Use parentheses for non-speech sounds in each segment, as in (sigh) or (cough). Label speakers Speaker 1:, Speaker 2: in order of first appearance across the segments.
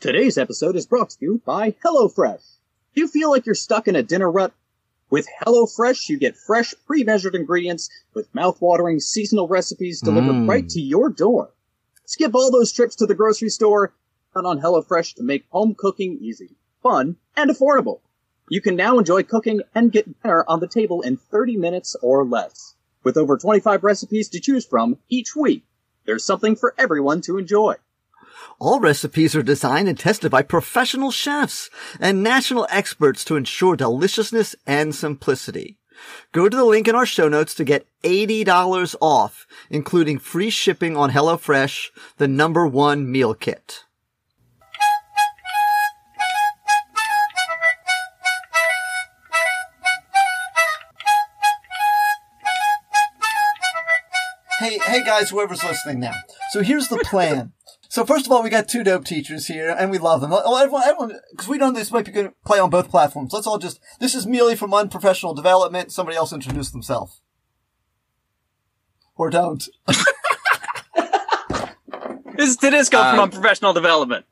Speaker 1: Today's episode is brought to you by HelloFresh. Do you feel like you're stuck in a dinner rut? With HelloFresh, you get fresh, pre measured ingredients with mouth-watering seasonal recipes delivered
Speaker 2: Mm.
Speaker 1: right to your door. Skip all those trips to the grocery store. Count on HelloFresh to make home cooking easy, fun, and affordable. You can now enjoy cooking and get dinner on the table in 30 minutes or less. With over 25 recipes to choose from each week, there's something for everyone to enjoy.
Speaker 2: All recipes are designed and tested by professional chefs and national experts to ensure deliciousness and simplicity. Go to the link in our show notes to get $80 off, including free shipping on HelloFresh, the number one meal kit. Hey, hey guys, whoever's listening now. So here's the plan. so first of all, we got two dope teachers here, and we love them. Oh, everyone, everyone, because we know this might be going to play on both platforms. Let's all just. This is Mealy from Unprofessional Development. Somebody else introduce themselves, or don't.
Speaker 3: This is Tedisco
Speaker 4: Uh,
Speaker 3: from Unprofessional Development.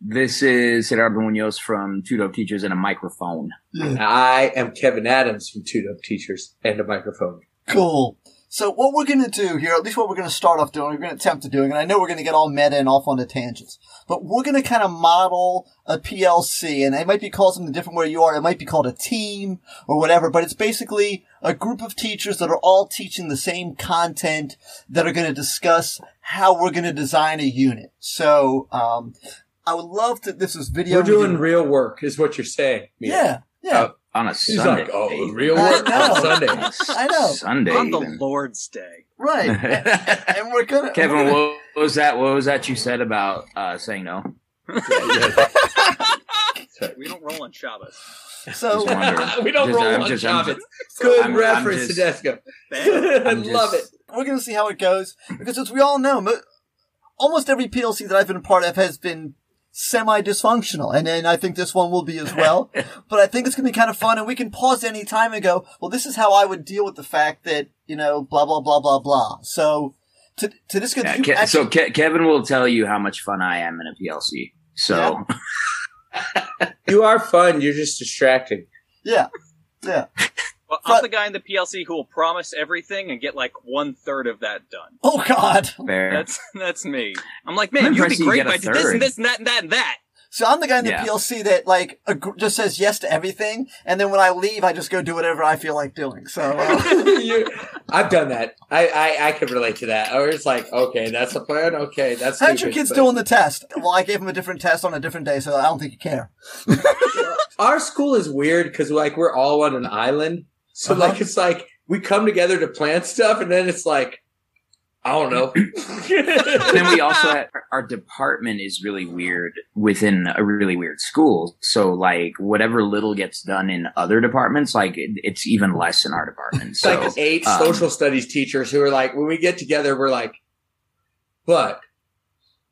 Speaker 4: This is Gerardo Munoz from Two Dope Teachers and a Microphone.
Speaker 5: I am Kevin Adams from Two Dope Teachers and a microphone.
Speaker 2: Cool. So what we're going to do here, at least what we're going to start off doing, we're going to attempt to doing, and I know we're going to get all meta and off on the tangents, but we're going to kind of model a PLC, and it might be called something different where you are. It might be called a team or whatever, but it's basically a group of teachers that are all teaching the same content that are going to discuss how we're going to design a unit. So, um, I would love to, this is video.
Speaker 5: We're doing real work, is what you're saying. Mia.
Speaker 2: yeah, yeah.
Speaker 5: Uh,
Speaker 4: On a
Speaker 5: He's
Speaker 4: Sunday.
Speaker 5: like, oh,
Speaker 4: Ethan. (laughs)
Speaker 5: real
Speaker 2: I
Speaker 5: work
Speaker 2: know.
Speaker 5: on Sunday.
Speaker 2: I know.
Speaker 4: Sunday.
Speaker 3: on the
Speaker 4: Ethan.
Speaker 3: Lord's Day.
Speaker 2: right.
Speaker 4: (laughs)
Speaker 2: and, and we're going to.
Speaker 4: Kevin, what was that? What was that you said about uh, saying no?
Speaker 3: We don't roll on Shabbos.
Speaker 2: so,
Speaker 4: Just wondering.
Speaker 5: (laughs) we don't
Speaker 4: Just-
Speaker 5: roll
Speaker 4: I'm
Speaker 5: on
Speaker 4: just- I'm
Speaker 5: Shabbos.
Speaker 4: just-
Speaker 5: Good
Speaker 4: I'm- I'm
Speaker 5: reference,
Speaker 4: just-
Speaker 5: Tedesco.
Speaker 3: Bang.
Speaker 5: (laughs) I
Speaker 4: (laughs) I'm
Speaker 5: love it.
Speaker 4: just-
Speaker 2: we're going to see how it goes because as we all know, mo- almost every PLC that I've been a part of has been semi dysfunctional. And, and I think this one will be as
Speaker 4: (laughs)
Speaker 2: well. but I think it's going to be kind of fun and we can pause any time and go, well, this is how I would deal with the fact that, you know, blah, blah, blah, blah, blah. So to, to this,
Speaker 4: Yeah,
Speaker 2: yeah,
Speaker 4: Ke- so Ke- Kevin will tell you how much fun I am in a PLC. So
Speaker 5: You are fun. You're just distracting. (laughs)
Speaker 2: yeah, yeah.
Speaker 3: Well,
Speaker 2: But-
Speaker 3: I'm the guy in the PLC who will promise everything and get like one third of that done.
Speaker 2: Oh God.
Speaker 4: (laughs) fair.
Speaker 3: That's (laughs) that's me. I'm like,
Speaker 4: I'm
Speaker 3: man, you'd be
Speaker 4: impressed you
Speaker 3: great
Speaker 4: get
Speaker 3: if
Speaker 4: a
Speaker 3: I did this
Speaker 4: third.
Speaker 3: and this and that and that and that.
Speaker 2: So I'm the guy in the
Speaker 4: Yeah.
Speaker 2: PLC that like ag- just says yes to everything. And then when I leave, I just go do whatever I feel like doing. So. Uh,
Speaker 5: You- I've done that. I, I I can relate to that. I was like, okay, that's the plan. Okay, that's
Speaker 2: How'd your
Speaker 5: stupid,
Speaker 2: kids
Speaker 5: but-
Speaker 2: do on the test? Well, I gave them a different test on a different day, so I don't think you care.
Speaker 5: our school is weird because like we're all on an island, so
Speaker 2: Uh-huh.
Speaker 5: like it's like we come together to plan stuff, and then it's like I don't know.
Speaker 4: (laughs)
Speaker 5: (laughs)
Speaker 4: And then we also have, our department is really weird within a really weird school. So like whatever little gets done in other departments, like it, it's even less in our (laughs) department.
Speaker 5: it's
Speaker 4: So
Speaker 5: like eight
Speaker 4: um,
Speaker 5: social studies teachers who are like, when we get together, we're like, but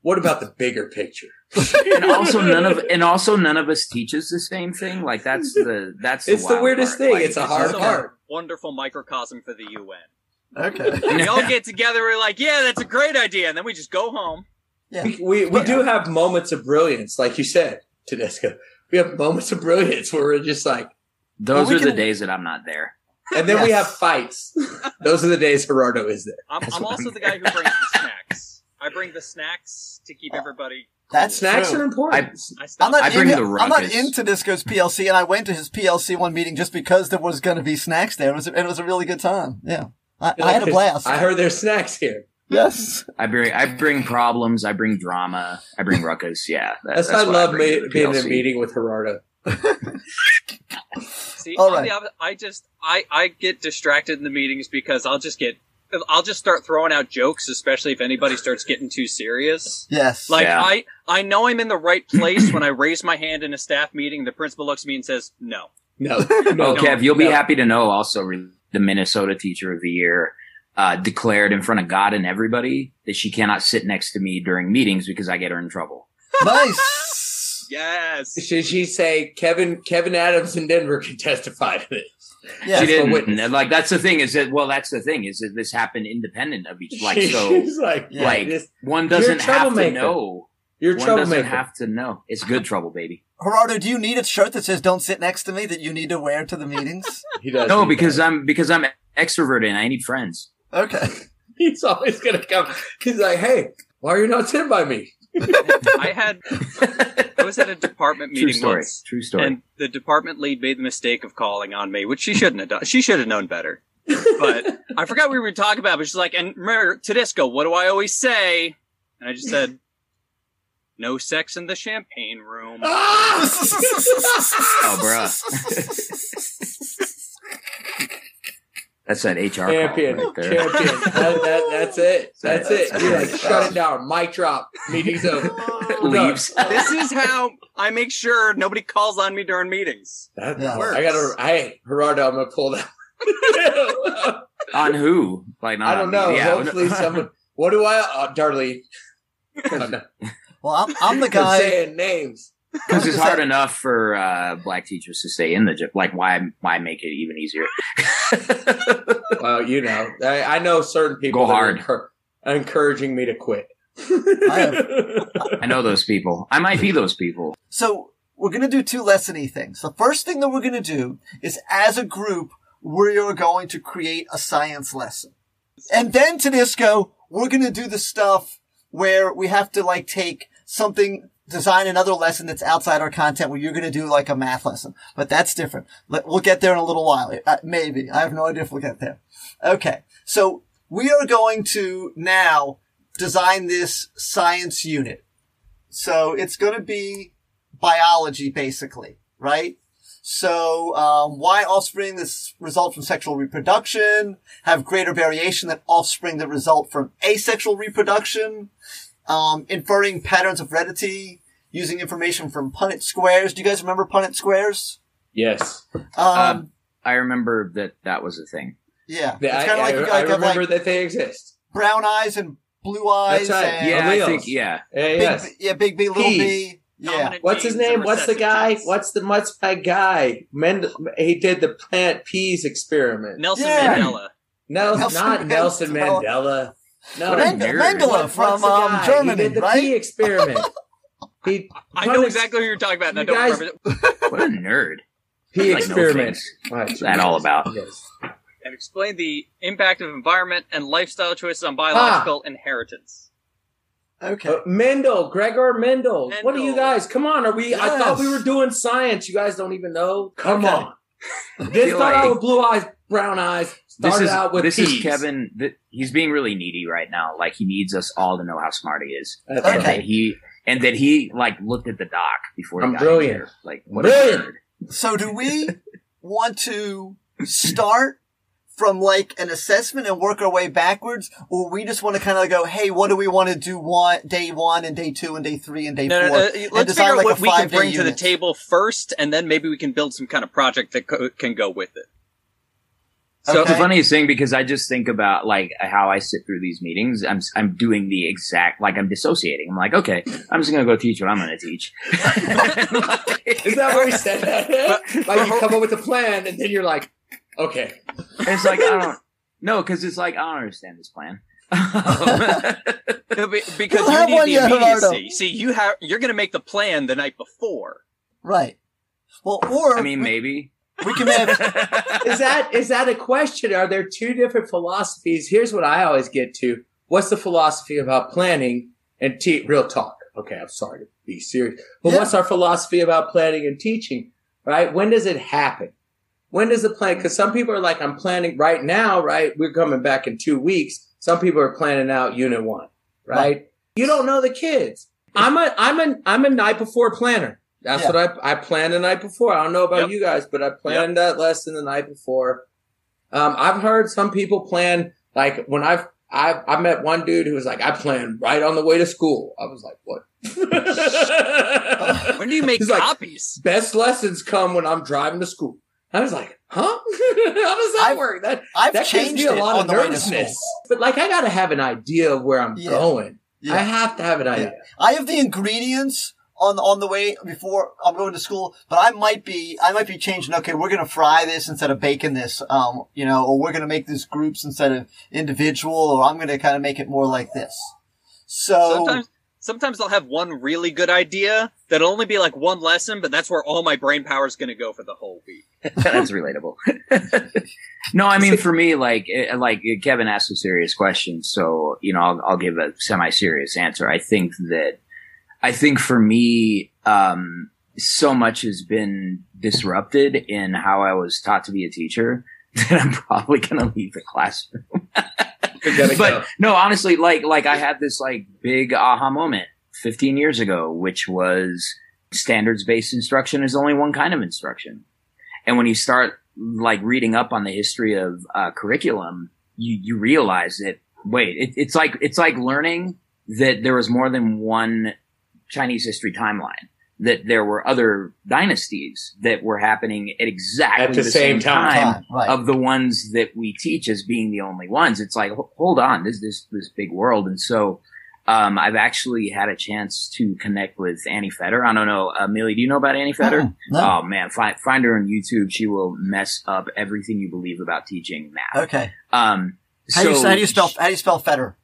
Speaker 5: what about the bigger
Speaker 2: (laughs)
Speaker 5: picture?
Speaker 4: and also (laughs) none of and also none of us teaches the same thing. Like that's the that's
Speaker 5: It's the
Speaker 4: wild
Speaker 5: weirdest
Speaker 4: part.
Speaker 5: thing.
Speaker 4: Like,
Speaker 5: It's a
Speaker 4: this
Speaker 5: hard
Speaker 4: is-
Speaker 3: Also,
Speaker 5: part.
Speaker 3: Wonderful microcosm for the
Speaker 4: (laughs)
Speaker 3: UN.
Speaker 2: Okay.
Speaker 3: We all get together. We're like, yeah, that's a great idea, and then we just go home.
Speaker 5: (laughs) We we, we do have moments of brilliance, like you said, Tedesco. We have moments of brilliance where we're just like,
Speaker 4: Those
Speaker 2: Well,
Speaker 4: are
Speaker 2: we
Speaker 4: the
Speaker 2: can-
Speaker 4: days that I'm not there.
Speaker 5: and then we
Speaker 2: Yes.
Speaker 5: have fights. Those are the days Gerardo is there.
Speaker 3: I'm,
Speaker 4: That's
Speaker 3: I'm
Speaker 4: what
Speaker 3: also
Speaker 4: I'm-
Speaker 3: the
Speaker 4: (laughs)
Speaker 3: guy who brings the snacks. I bring the snacks to keep everybody.
Speaker 2: That's
Speaker 5: Snacks
Speaker 2: true.
Speaker 5: are important.
Speaker 3: I stop.
Speaker 2: I'm not,
Speaker 4: I bring
Speaker 2: in-
Speaker 4: the
Speaker 2: I'm not
Speaker 4: ruckus.
Speaker 2: into Disco's PLC, and I went to his PLC one meeting just because there was going to be snacks there. It was, and it was a really good time. Yeah. I, I had a blast.
Speaker 5: I heard there's snacks here.
Speaker 2: yes.
Speaker 4: I bring I bring problems. I bring drama. I bring ruckus. Yeah, that-
Speaker 5: That's, why I
Speaker 4: what
Speaker 5: love
Speaker 4: bring to
Speaker 5: me,
Speaker 4: the
Speaker 5: being in a
Speaker 4: PLC.
Speaker 5: meeting with Gerardo.
Speaker 3: See,
Speaker 2: All
Speaker 3: I'm
Speaker 2: right.
Speaker 3: the opposite. I just I I get distracted in the meetings because I'll just get I'll just start throwing out jokes, especially if anybody starts getting too serious.
Speaker 2: Yes.
Speaker 3: Like
Speaker 4: Yeah.
Speaker 3: I I know I'm in the right place when I raise my hand in a staff meeting. The principal looks at me and says, "No."
Speaker 5: No.
Speaker 2: (laughs)
Speaker 4: Oh,
Speaker 5: no.
Speaker 4: Kev, you'll be
Speaker 5: no.
Speaker 4: happy to know also re- the Minnesota Teacher of the Year uh, declared in front of God and everybody that she cannot sit next to me during meetings because I get her in trouble.
Speaker 2: (laughs) nice.
Speaker 3: Yes.
Speaker 5: Should she say Kevin Kevin Adams in Denver can testify to this?
Speaker 2: Yes.
Speaker 4: she
Speaker 5: That's the
Speaker 4: didn't.
Speaker 5: witness.
Speaker 4: And, Like that's the thing is that well that's the thing is that
Speaker 5: (laughs)
Speaker 4: this happened independent of each like so
Speaker 5: She's like,
Speaker 2: Yeah.
Speaker 4: like
Speaker 5: this,
Speaker 4: one
Speaker 5: You're a
Speaker 4: doesn't have to
Speaker 5: troublemaker.
Speaker 4: know.
Speaker 5: You're a
Speaker 4: One doesn't
Speaker 5: troublemaker.
Speaker 4: have to know. It's good trouble,
Speaker 5: (laughs)
Speaker 4: baby.
Speaker 2: Gerardo, do you need a shirt that says "Don't sit next to me" that you need to wear to the (laughs) meetings?
Speaker 5: he does.
Speaker 4: No,
Speaker 5: need
Speaker 4: because
Speaker 5: that.
Speaker 4: I'm because I'm extroverted and I need friends.
Speaker 2: Okay.
Speaker 5: he's always gonna come. He's like, hey, why are you not sitting by me?
Speaker 3: I had I was at a department
Speaker 4: True
Speaker 3: meeting
Speaker 4: story.
Speaker 3: once,
Speaker 4: True story.
Speaker 3: and the department lead made the mistake of calling on me, which she shouldn't have done. She should have known better. But
Speaker 5: (laughs)
Speaker 3: I forgot what we were talking about. But she's like, "And remember, Tedisco, what do I always say?" And I just said, "No sex in the champagne
Speaker 5: (laughs)
Speaker 3: room."
Speaker 5: Ah!
Speaker 2: oh,
Speaker 5: (laughs)
Speaker 4: (laughs) That's that HR call
Speaker 5: Champion,
Speaker 4: right there.
Speaker 5: champion. That, that, that's it. That's it.
Speaker 4: That's
Speaker 5: You're like,
Speaker 4: it.
Speaker 5: shut it down. Mic drop. Meeting's over.
Speaker 4: Leaves.
Speaker 3: this is how I make sure nobody calls on me during meetings.
Speaker 5: That
Speaker 2: Yeah.
Speaker 5: works. I gotta. Hey, Gerardo, I'm gonna pull that.
Speaker 4: on who? Like not
Speaker 5: (laughs) I don't
Speaker 4: on-
Speaker 5: know.
Speaker 4: Um, Yeah, (laughs)
Speaker 5: Hopefully, someone. What do I, uh, Darlene?
Speaker 2: Well, I'm, I'm the
Speaker 5: I'm
Speaker 2: guy.
Speaker 5: saying names.
Speaker 4: because it's hard enough for uh, black teachers to stay in the gym. Like why? Why make it even easier?
Speaker 5: Well, you know, I, I know certain people
Speaker 4: Go
Speaker 5: that
Speaker 4: hard.
Speaker 5: Are encur- encouraging me to quit.
Speaker 4: I know those people. I might be those people.
Speaker 2: So we're going to do two lessony things. The first thing that we're going to do is as a group, we are going to create a science lesson. And then Tedisco, we're going to do the stuff where we have to like take something, design another lesson that's outside our content where you're going to do like a math lesson. But that's different. Let- We'll get there in a little while. Uh, maybe. I have no idea if we'll get there. Okay. So we are going to now design this science unit. So it's going to be biology, basically, right? So, um, why offspring that s- result from sexual reproduction have greater variation than offspring that result from asexual reproduction? Um, inferring patterns of heredity using information from Punnett squares. Do you guys remember Punnett squares?
Speaker 5: (laughs) yes,
Speaker 2: Um,
Speaker 5: Uh,
Speaker 4: Um, I remember that that was a thing.
Speaker 2: yeah,
Speaker 5: I,
Speaker 2: it's kind of like
Speaker 5: I-
Speaker 2: you
Speaker 5: I
Speaker 2: guys have
Speaker 5: remember
Speaker 2: like
Speaker 5: that they exist.
Speaker 2: brown eyes and blue eyes.
Speaker 5: right.
Speaker 2: And
Speaker 4: Yeah, I
Speaker 5: alleles.
Speaker 4: think. Yeah,
Speaker 5: Yeah,
Speaker 2: big,
Speaker 5: Uh, yes.
Speaker 2: B- yeah, big B, little
Speaker 5: Peas.
Speaker 2: B. Yeah,
Speaker 5: What's his name? What's the guy? What's the what's that guy? Mend- he did the plant peas experiment.
Speaker 3: Nelson
Speaker 2: Yeah.
Speaker 3: Mandela.
Speaker 5: Nelson,
Speaker 2: Nelson
Speaker 5: not Nelson
Speaker 2: Mandela.
Speaker 5: Mandela. No,
Speaker 4: What a
Speaker 5: Mend-
Speaker 4: nerd.
Speaker 2: Mendela
Speaker 5: what's
Speaker 2: from
Speaker 5: the
Speaker 2: um,
Speaker 5: guy? he
Speaker 2: Germany,
Speaker 5: did the
Speaker 2: right?
Speaker 5: pea experiment. he
Speaker 3: I know
Speaker 5: Punnett-
Speaker 3: exactly who you're talking about. And I
Speaker 5: You
Speaker 3: don't
Speaker 5: guys-
Speaker 3: remember
Speaker 4: what a nerd. (laughs)
Speaker 5: pea
Speaker 4: Like, no
Speaker 5: experiment.
Speaker 4: thanks.
Speaker 5: Wow,
Speaker 4: What's that all about?
Speaker 5: Yes.
Speaker 3: and explain the impact of environment and lifestyle choices
Speaker 5: Ah.
Speaker 3: on biological inheritance.
Speaker 2: Okay.
Speaker 5: Uh, Mendel, Gregor Mendel. What are
Speaker 3: Mendel.
Speaker 5: you guys? Come on, are we? I thought we
Speaker 2: Yes.
Speaker 5: were doing science. You guys don't even know. Come
Speaker 2: Okay.
Speaker 5: on. (laughs) This
Speaker 4: feel
Speaker 5: started
Speaker 4: like-
Speaker 5: out with blue eyes, brown eyes. Started
Speaker 4: This is
Speaker 5: out with
Speaker 4: this is
Speaker 5: peas. (laughs)
Speaker 4: Kevin. Th- he's being really needy right now. Like he needs us all to know how smart he is,
Speaker 5: That's
Speaker 2: Okay.
Speaker 4: and
Speaker 5: right.
Speaker 4: that he and that he like looked at the doc before. he
Speaker 5: I'm
Speaker 4: got
Speaker 5: brilliant.
Speaker 4: here. Like what
Speaker 5: Brilliant.
Speaker 4: a nerd.
Speaker 2: So do we want to start from like an assessment and work our way backwards, or we just want to kind of go, hey, what do we want to do one day one and day two and day three and day
Speaker 3: No, no,
Speaker 2: four?
Speaker 3: no.
Speaker 2: and
Speaker 3: Let's
Speaker 2: design
Speaker 3: figure out
Speaker 2: like a
Speaker 3: what we can
Speaker 2: five-day
Speaker 3: bring to the
Speaker 2: unit.
Speaker 3: table first, and then maybe we can build some kind of project that co- can go with it. So,
Speaker 4: It's the
Speaker 2: Okay.
Speaker 4: funniest thing because I just think about like how I sit through these meetings. I'm I'm doing the exact like I'm dissociating. I'm like, okay, I'm just gonna go teach what I'm gonna teach.
Speaker 5: Is that where
Speaker 4: (laughs)
Speaker 5: he said that? like you come up with a plan and then you're like, okay.
Speaker 4: It's like I don't no, because it's like I don't understand this plan. (laughs)
Speaker 3: No, (laughs) be- because
Speaker 2: We'll have
Speaker 3: you
Speaker 2: one
Speaker 3: need
Speaker 2: yet,
Speaker 3: the
Speaker 2: Gerardo.
Speaker 3: immediacy. See, you have you're going to make the plan the night before.
Speaker 2: Right. Well, or
Speaker 4: I mean,
Speaker 2: we,
Speaker 4: maybe.
Speaker 2: we can
Speaker 5: (laughs)
Speaker 2: have
Speaker 5: Is that is that a question? Are there two different philosophies? Here's what I always get to. What's the philosophy about planning and te- real talk? Okay, I'm sorry to be serious. But
Speaker 2: Yeah.
Speaker 5: what's our philosophy about planning and teaching? Right? When does it happen? When does the plan? Because some people are like, I'm planning right now, right? We're coming back in two weeks. Some people are planning out unit one, right? You don't know the kids. I'm a I'm a I'm a night before planner. That's
Speaker 2: Yeah.
Speaker 5: what I I plan the night before. I don't know about
Speaker 3: Yep.
Speaker 5: you guys, but I planned that lesson the night before. Um, I've heard some people plan like when I've I I met one dude who was like, I planned right on the way to school. I was like,
Speaker 2: (laughs)
Speaker 5: what?
Speaker 3: When do you make
Speaker 5: He's like-
Speaker 3: copies?
Speaker 5: Best lessons come when I'm driving to school. I was like, huh? (laughs) How does that
Speaker 2: I've-
Speaker 5: work? That
Speaker 2: I've
Speaker 5: that gives
Speaker 2: changed
Speaker 5: me a
Speaker 2: it
Speaker 5: lot
Speaker 2: on
Speaker 5: of
Speaker 2: the way to school.
Speaker 5: nervousness. But like, I gotta have an idea of where I'm
Speaker 2: Yeah.
Speaker 5: going.
Speaker 2: Yeah.
Speaker 5: I have to have an idea.
Speaker 2: I have the ingredients on on the way before I'm going to school, but I might be I might be changing. Okay, we're gonna fry this instead of baking this, um, you know, or we're gonna make this groups instead of individual, or I'm gonna kind of make it more like this. So
Speaker 3: Sometimes sometimes I'll have one really good idea that'll only be like one lesson, but that's where all my brain power is going to go for the whole week.
Speaker 4: (laughs) That's relatable. no, I mean for me, like eh, like eh, Kevin asked a serious question, so you know I'll, I'll give a semi-serious answer. I think that I think for me, um, so much has been disrupted in how I was taught to be a teacher (laughs) that I'm probably going to leave the classroom
Speaker 5: You (laughs) gotta
Speaker 4: but
Speaker 5: go.
Speaker 4: no, honestly, like like I had this like big aha moment 15 years ago, which was standards based instruction is only one kind of instruction, and when you start like reading up on the history of uh, curriculum, you you realize that wait, it, it's like it's like learning that there was more than one Chinese history timeline. That there were other dynasties that were happening at exactly
Speaker 5: At the same time.
Speaker 4: time
Speaker 2: Time, right.
Speaker 4: of the ones that we teach as being the only ones. It's like, ho- hold on, this this this big world, and so um, I've actually had a chance to connect with Annie Fetter. I don't know, uh, Millie, do you know about Annie Fetter?
Speaker 2: Mm, no.
Speaker 4: Oh man, find find her on YouTube. She will mess up everything you believe about teaching math.
Speaker 2: Okay.
Speaker 4: Um,
Speaker 2: Uh, How,
Speaker 4: so
Speaker 2: do you, how do you spell how do you spell Fetter?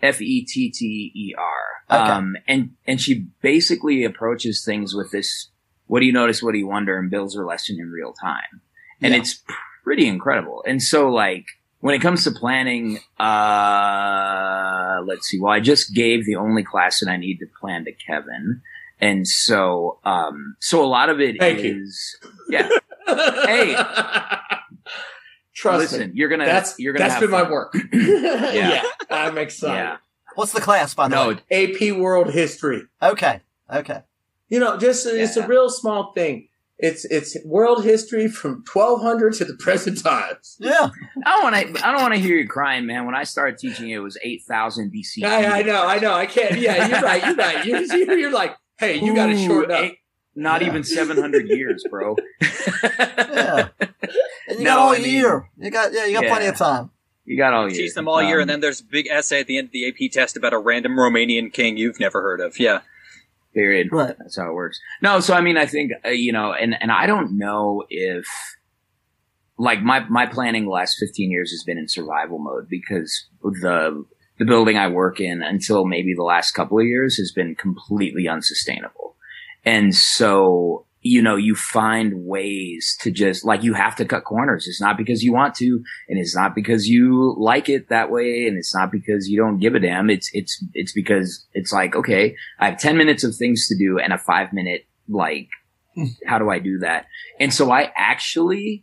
Speaker 4: F E T T E R.
Speaker 2: Okay.
Speaker 4: Um, and, and she basically approaches things with this, what do you notice? What do you wonder? And builds her lesson in real time. And
Speaker 2: Yeah.
Speaker 4: it's pretty incredible. And so like, when it comes to planning, uh, let's see. Well, I just gave the only class that I need to plan to Kevin. And so, um, so a lot of it is.
Speaker 5: Thank you.
Speaker 2: (laughs)
Speaker 4: hey.
Speaker 5: trust
Speaker 4: listen,
Speaker 5: me.
Speaker 4: you're gonna
Speaker 5: That's
Speaker 4: you're gonna
Speaker 5: that's
Speaker 4: have
Speaker 5: been my
Speaker 4: fun.
Speaker 5: (laughs) work. yeah. I'm
Speaker 4: Yeah,
Speaker 5: excited.
Speaker 2: What's the class by the
Speaker 4: no,
Speaker 2: way?
Speaker 5: AP World History.
Speaker 2: Okay. Okay.
Speaker 5: You know, just it's
Speaker 4: Yeah.
Speaker 5: a real small thing. It's it's world history from 1200 to the present times.
Speaker 2: Yeah.
Speaker 4: I don't want to. I don't want to hear you crying, man. When I started teaching, it was eight thousand BC.
Speaker 5: I, I know, I know, I can't. Yeah, you're right, you're right. You're, you're, you're like, hey, you got to
Speaker 4: Ooh,
Speaker 5: shorten up.
Speaker 4: eight- not
Speaker 2: Yeah.
Speaker 4: even seven hundred years, bro. (laughs)
Speaker 2: Yeah. And you
Speaker 4: No,
Speaker 2: got all
Speaker 4: I mean-
Speaker 2: year. You got yeah, you got
Speaker 4: Yeah.
Speaker 2: plenty of time.
Speaker 4: You got all year.
Speaker 3: Teach them all year,
Speaker 4: Um,
Speaker 3: and then there's a big essay at the end of the AP test about a random Romanian king you've never heard of. Yeah.
Speaker 4: period.
Speaker 2: Right.
Speaker 4: That's how it works. No, so I mean, I think uh, you know, and and I don't know if like my my planning the last fifteen years has been in survival mode because the the building I work in until maybe the last couple of years has been completely unsustainable, and so you know you find ways to just like you have to cut corners it's not because you want to and it's not because you like it that way and it's not because you don't give a damn it's it's it's because it's like okay I have 10 minutes of things to do and a five minute, like,
Speaker 2: Hmm.
Speaker 4: how do I do that? And so I actually,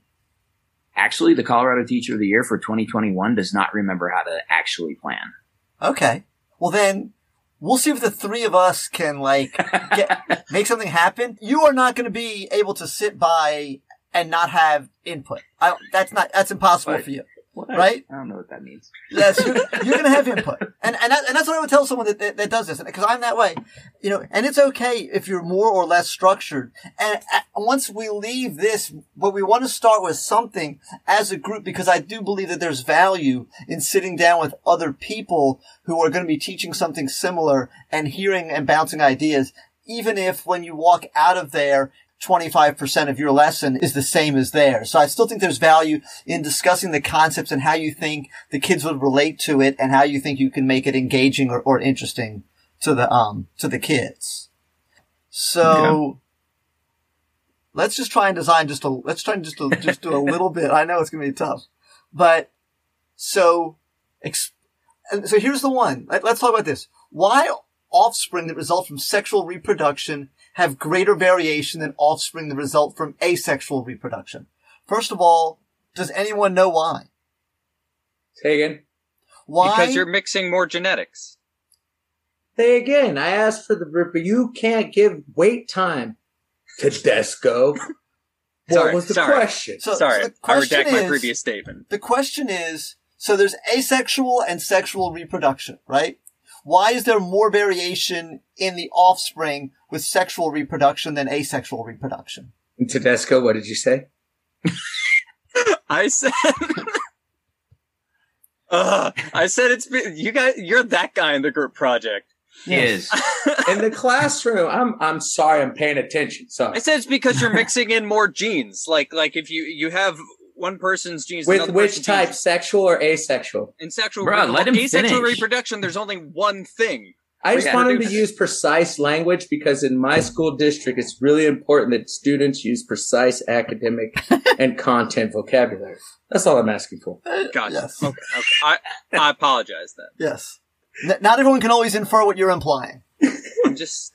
Speaker 4: actually, the Colorado Teacher of the Year for 2021 does not remember how to actually plan.
Speaker 2: Okay. Well then we'll see if the three of us can like get, make something happen. You are not going to be able to sit by and not have input. I, that's not that's impossible
Speaker 4: Right.
Speaker 2: for you.
Speaker 4: What?
Speaker 2: Right?
Speaker 4: I don't know what that means.
Speaker 2: Yes, you're, you're going to have input, and and, that, and that's what I would tell someone that that, that does this, because I'm that way, you know. And it's okay if you're more or less structured. And uh, once we leave this, but we want to start with something as a group, because I do believe that there's value in sitting down with other people who are going to be teaching something similar and hearing and bouncing ideas, even if when you walk out of there. 25% of your lesson is the same as theirs. So I still think there's value in discussing the concepts and how you think the kids would relate to it and how you think you can make it engaging or, or interesting to the um to the kids. So let's just try and design just a let's try and just a,
Speaker 3: (laughs)
Speaker 2: just do a little bit. I know it's gonna be tough, but so ex- and so here's the one. Let, let's talk about this. Why offspring that result from sexual reproduction have greater variation than offspring that result from asexual reproduction? First of all, does anyone know why?
Speaker 5: Say again.
Speaker 2: Why?
Speaker 3: Because you're mixing more genetics.
Speaker 5: Say again. I asked for the ripper. You can't give wait time to Desco. what
Speaker 3: Sorry,
Speaker 5: was the
Speaker 3: sorry.
Speaker 5: question?
Speaker 2: So- so
Speaker 3: Sorry,
Speaker 2: the
Speaker 3: I redact
Speaker 2: question
Speaker 3: my
Speaker 2: is-
Speaker 3: previous statement.
Speaker 2: The question is, so there's asexual and sexual reproduction, right? Why is there more variation in the offspring with sexual reproduction than asexual reproduction?
Speaker 5: Tedesco, what did you say?
Speaker 3: I said. Ugh, I said it's be- you guys. You're that guy in the group project.
Speaker 4: Yes.
Speaker 5: In the classroom. I'm I'm sorry. I'm paying attention.
Speaker 3: I
Speaker 5: Sorry.
Speaker 3: said it's because you're mixing in more genes. Like like if you you have one person's genes
Speaker 5: With
Speaker 3: another
Speaker 5: which
Speaker 3: person's
Speaker 5: type,
Speaker 3: genes.
Speaker 5: sexual or asexual?
Speaker 3: in sexual
Speaker 4: Bruh, let him
Speaker 3: asexual
Speaker 4: finish.
Speaker 3: reproduction. There's only one thing.
Speaker 5: I just
Speaker 3: Yeah.
Speaker 5: want them to use precise language because in my school district, it's really important that students use precise academic and content vocabulary. That's all I'm asking for.
Speaker 3: Gotcha.
Speaker 2: Yes.
Speaker 3: Okay. okay. I, I apologize then.
Speaker 2: Yes. N- not everyone can always infer what you're implying.
Speaker 3: I'm just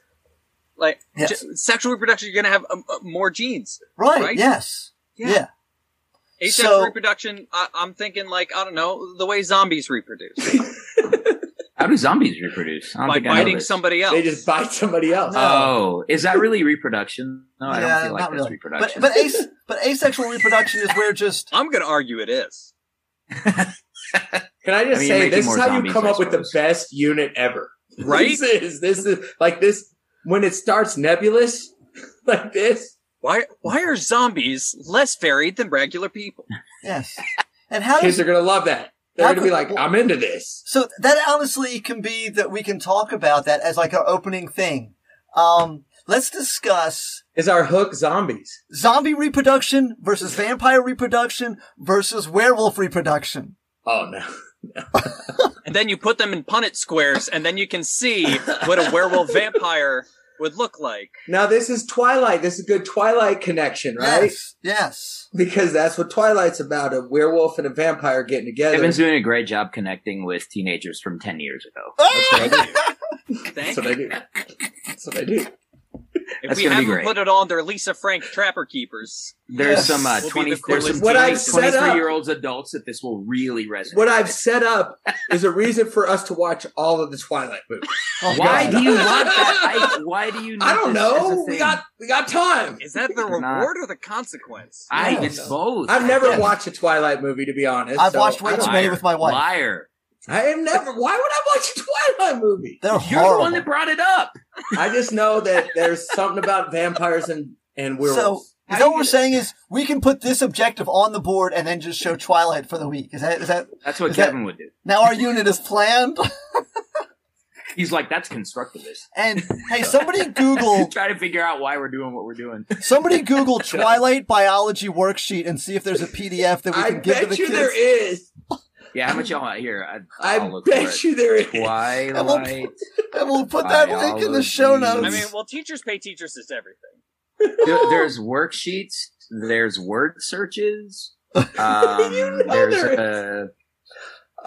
Speaker 3: like
Speaker 2: Yes.
Speaker 3: ju- sexual reproduction. You're gonna have um, uh, more genes.
Speaker 2: Right.
Speaker 3: Right?
Speaker 2: Yes.
Speaker 3: Yeah.
Speaker 2: yeah.
Speaker 3: Asexual
Speaker 2: So-
Speaker 3: reproduction. I, I'm thinking like I don't know the way zombies reproduce
Speaker 4: How do zombies reproduce? I don't
Speaker 3: by
Speaker 4: think I know
Speaker 3: biting
Speaker 4: this.
Speaker 3: somebody else.
Speaker 5: They just bite somebody else.
Speaker 4: Oh, is that really reproduction? No, I
Speaker 2: Yeah,
Speaker 4: don't feel like
Speaker 2: not
Speaker 4: that's
Speaker 2: really. But
Speaker 4: reproduction.
Speaker 2: but
Speaker 4: (laughs)
Speaker 2: ace but asexual reproduction is where just
Speaker 3: I'm gonna argue it is.
Speaker 5: Can I just
Speaker 4: I mean,
Speaker 5: say
Speaker 4: making
Speaker 5: this is
Speaker 4: more
Speaker 5: how you
Speaker 4: zombies,
Speaker 5: come
Speaker 4: I
Speaker 5: up with the
Speaker 4: suppose.
Speaker 5: best unit ever? (laughs)
Speaker 3: Right?
Speaker 5: This is this is like this when it starts nebulous (laughs) like this.
Speaker 3: Why why are zombies less varied than regular people?
Speaker 2: yes. And how does
Speaker 5: Kids are gonna love that. They're
Speaker 2: How
Speaker 5: gonna be
Speaker 2: could-
Speaker 5: like, I'm into this.
Speaker 2: So that honestly can be that we can talk about that as like our opening thing. Um, let's discuss
Speaker 5: Is our hook zombies?
Speaker 2: zombie reproduction versus vampire reproduction versus werewolf reproduction.
Speaker 5: Oh no.
Speaker 3: And then you put them in Punnett squares, and then you can see what a werewolf vampire would look like.
Speaker 5: Now this is Twilight. This is a good Twilight connection, right?
Speaker 2: Yes. Yes.
Speaker 5: Because that's what Twilight's about, a werewolf and a vampire getting together.
Speaker 4: Evan's doing a great job connecting with teenagers from ten years ago.
Speaker 2: (laughs)
Speaker 3: Thank
Speaker 2: Oh
Speaker 3: you. Thank
Speaker 5: That's
Speaker 3: you.
Speaker 5: what
Speaker 4: (laughs)
Speaker 5: I do. That's what I do.
Speaker 3: If
Speaker 4: That's
Speaker 3: we
Speaker 4: gonna be
Speaker 3: haven't
Speaker 4: great.
Speaker 3: put it on, they're Lisa Frank Trapper Keepers.
Speaker 2: Yes.
Speaker 4: There's some uh,
Speaker 3: Will be
Speaker 4: twenty.
Speaker 3: the
Speaker 4: There's some
Speaker 3: correlation. What I've
Speaker 5: set up-
Speaker 4: twenty-three year olds adults that this will really resonate.
Speaker 5: What I've set up is a reason for us to watch all of the Twilight movies.
Speaker 2: Oh,
Speaker 4: Why
Speaker 2: God.
Speaker 4: do you want that? I, why do you? Need
Speaker 5: I don't
Speaker 4: this as a
Speaker 5: know. We
Speaker 4: thing?
Speaker 5: got we got time.
Speaker 3: Is that the
Speaker 4: They're not.
Speaker 3: reward or the consequence?
Speaker 4: I
Speaker 5: I
Speaker 4: it's
Speaker 5: don't know.
Speaker 4: both.
Speaker 5: I've never
Speaker 2: Yeah.
Speaker 5: watched a Twilight movie, to be honest.
Speaker 2: I've watched way
Speaker 5: I
Speaker 2: too
Speaker 5: don't-
Speaker 2: many with my wife.
Speaker 4: Liar.
Speaker 5: I have never. Why would I watch a Twilight movie?
Speaker 2: They're
Speaker 4: You're
Speaker 2: horrible.
Speaker 4: the one that brought it up.
Speaker 5: I just know that there's something about vampires and and werewolves.
Speaker 2: is
Speaker 4: How
Speaker 2: that
Speaker 4: do
Speaker 2: what
Speaker 4: you
Speaker 2: we're
Speaker 4: get-
Speaker 2: saying? Is we can put this objective on the board and then just show Twilight for the week? Is that is that
Speaker 4: That's what
Speaker 2: Is that-
Speaker 4: Kevin would do.
Speaker 2: now our unit is planned?
Speaker 4: He's like, that's constructivist. (laughs)
Speaker 2: And hey, somebody Google
Speaker 4: Try to figure out why we're doing what we're doing.
Speaker 2: Somebody
Speaker 4: (laughs)
Speaker 2: Google Twilight Biology Worksheet and see if there's a PDF that we
Speaker 5: I
Speaker 2: can give to
Speaker 5: bet
Speaker 2: the
Speaker 5: you
Speaker 2: kids.
Speaker 5: there is.
Speaker 4: Yeah, how much y'all want here?
Speaker 2: (laughs)
Speaker 4: I,
Speaker 5: I
Speaker 4: I'll look
Speaker 5: bet
Speaker 4: for it.
Speaker 5: you there is.
Speaker 4: Twilight.
Speaker 2: and we'll put that link in the show notes.
Speaker 4: Biology.
Speaker 3: I mean, well, teachers pay teachers is everything.
Speaker 4: There- (laughs) there's worksheets. There's word
Speaker 2: (laughs)
Speaker 4: searches. Um,
Speaker 5: know
Speaker 4: there's uh,
Speaker 5: there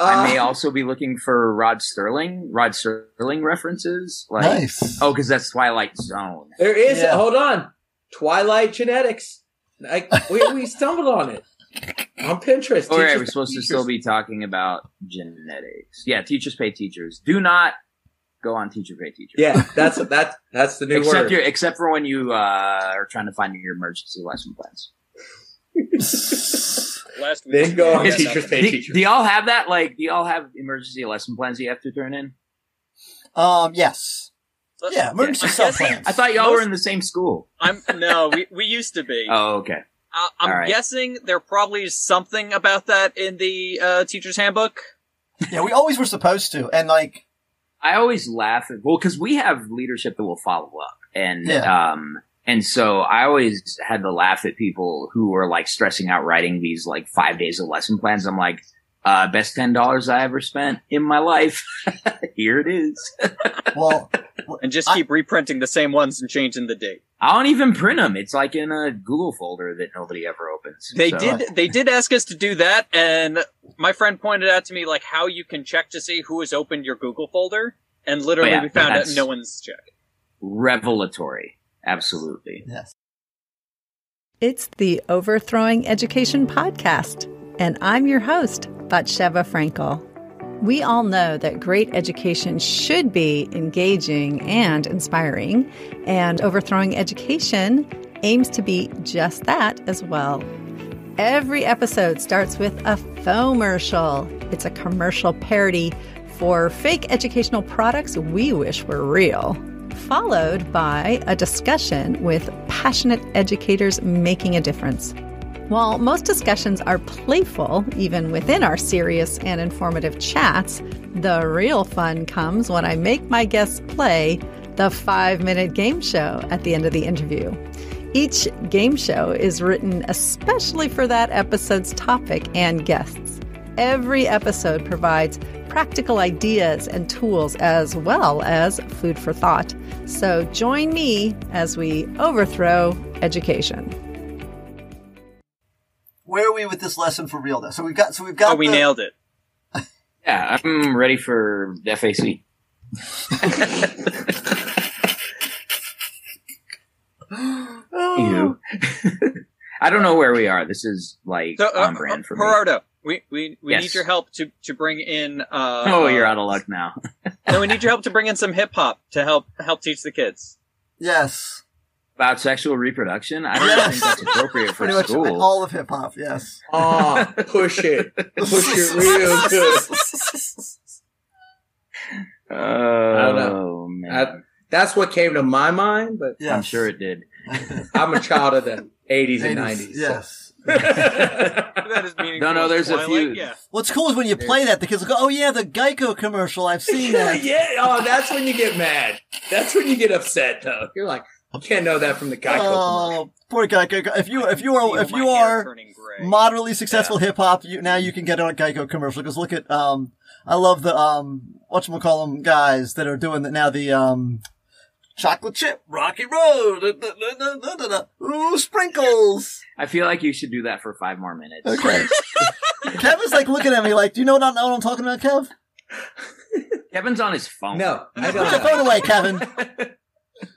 Speaker 5: Uh,
Speaker 4: I may also be looking for Rod Sterling. Rod Sterling references. Like,
Speaker 2: nice.
Speaker 4: oh, because that's Twilight Zone.
Speaker 5: there is.
Speaker 2: Yeah.
Speaker 5: Hold on. Twilight genetics. Like we we stumbled on it on Pinterest.
Speaker 4: All right,
Speaker 5: Teachers
Speaker 4: we're supposed
Speaker 5: teachers.
Speaker 4: to still be talking about genetics. Yeah, teachers pay teachers. Do not go on teacher pay teacher.
Speaker 5: Yeah, that's that's that's the new
Speaker 4: Except
Speaker 5: word.
Speaker 4: your, except for when you uh, are trying to find your emergency lesson plans.
Speaker 3: Last week,
Speaker 5: Then go on
Speaker 3: Yeah,
Speaker 5: teachers
Speaker 3: nothing.
Speaker 5: pay
Speaker 4: do,
Speaker 5: teachers.
Speaker 4: do y'all have that? Like, do y'all have emergency lesson plans you have to turn in?
Speaker 2: Um, yes.
Speaker 3: Let-
Speaker 2: Yeah, emergency
Speaker 3: I'm
Speaker 2: cell
Speaker 3: guessing-
Speaker 2: plans.
Speaker 4: I thought y'all
Speaker 3: Most-
Speaker 4: were in the same school.
Speaker 3: I'm no, we, we used to be.
Speaker 4: Oh, okay.
Speaker 3: I, I'm
Speaker 4: all right.
Speaker 3: guessing there probably is something about that in the uh, teacher's handbook.
Speaker 2: yeah, we always were supposed to, and like,
Speaker 4: I always laugh at well because we have leadership that will follow up, and
Speaker 2: Yeah.
Speaker 4: um, and so I always had to laugh at people who were like stressing out writing these like five days of lesson plans. I'm like, uh, best ten dollars I ever spent in my life. (laughs) Here it is.
Speaker 2: well, (laughs)
Speaker 3: And just keep reprinting the same ones and changing the date.
Speaker 4: I don't even print them. It's like in a Google folder that nobody ever opens.
Speaker 3: They
Speaker 4: So- uh,
Speaker 3: did they did ask us to do that, and my friend pointed out to me like how you can check to see who has opened your Google folder, and literally
Speaker 4: Oh, yeah,
Speaker 3: we found out
Speaker 4: that's-
Speaker 3: no one's checked.
Speaker 4: revelatory. Absolutely.
Speaker 2: yes.
Speaker 6: It's the Overthrowing Education Podcast, and I'm your host, Batsheva Frankel. We all know that great education should be engaging and inspiring, and Overthrowing Education aims to be just that as well. Every episode starts with a foamercial. It's a commercial parody for fake educational products we wish were real, followed by a discussion with passionate educators making a difference. While most discussions are playful, even within our serious and informative chats, the real fun comes when I make my guests play the five minute game show at the end of the interview. Each game show is written especially for that episode's topic and guests. Every episode provides practical ideas and tools as well as food for thought. So join me as we overthrow education.
Speaker 2: Where are we with this lesson for real? Though, so we've got so we've got.
Speaker 3: Oh, we
Speaker 2: the-
Speaker 3: nailed it.
Speaker 4: Yeah, I'm ready for FAC.
Speaker 2: (laughs) Oh. Oh.
Speaker 4: Ew. (laughs) I don't know where we are. This is like
Speaker 3: So, uh,
Speaker 4: on brand for me.
Speaker 3: Gerardo, we, we, we
Speaker 4: Yes.
Speaker 3: need your help to, to bring in. Uh,
Speaker 4: (laughs) oh,
Speaker 3: uh,
Speaker 4: you're out of luck now.
Speaker 3: No, we need your help to bring in some hip hop to help help teach the kids.
Speaker 2: Yes.
Speaker 4: About sexual reproduction? I don't even think that's appropriate
Speaker 2: (laughs)
Speaker 4: for
Speaker 2: Pretty much
Speaker 4: school.
Speaker 2: all of hip hop. Yes.
Speaker 5: (laughs) Aw, push it. Push it real good.
Speaker 4: Oh,
Speaker 5: don't
Speaker 4: man.
Speaker 5: I- That's what came to my mind, but
Speaker 2: Yes.
Speaker 4: I'm sure it did.
Speaker 5: I'm a child of the 80s, and 90s.
Speaker 2: 80s, Yes.
Speaker 5: so.
Speaker 3: That is meaningful.
Speaker 4: No, no, there's a
Speaker 3: Twilight,
Speaker 4: few-
Speaker 3: Yeah.
Speaker 2: What's cool is when you play that, the kids will go, "Oh yeah, the Geico commercial. I've seen
Speaker 5: (laughs) yeah,
Speaker 2: that."
Speaker 5: yeah. Oh, that's when you get mad. That's when you get upset, though. You're like, I can't know that from the Geico commercial.
Speaker 2: Oh, poor Geico. If you if you
Speaker 3: Feel
Speaker 2: are if
Speaker 3: my
Speaker 2: you
Speaker 3: hair
Speaker 2: are
Speaker 3: turning gray.
Speaker 2: moderately successful hip hop, you now you can get on a Geico commercial. Because look at um, I love the um, whatchamacallem guys that are doing that now. The um, chocolate chip, rocky road, da, da, da, da, da, da. ooh sprinkles.
Speaker 4: I feel like you should do that for five more minutes.
Speaker 2: Okay. (laughs) Kevin's like looking at me like, do you know what, I, know what I'm talking about, Kev?
Speaker 4: Kevin's on his phone.
Speaker 5: No, I
Speaker 2: Put
Speaker 5: don't
Speaker 2: your
Speaker 5: know.
Speaker 2: phone away, Kevin.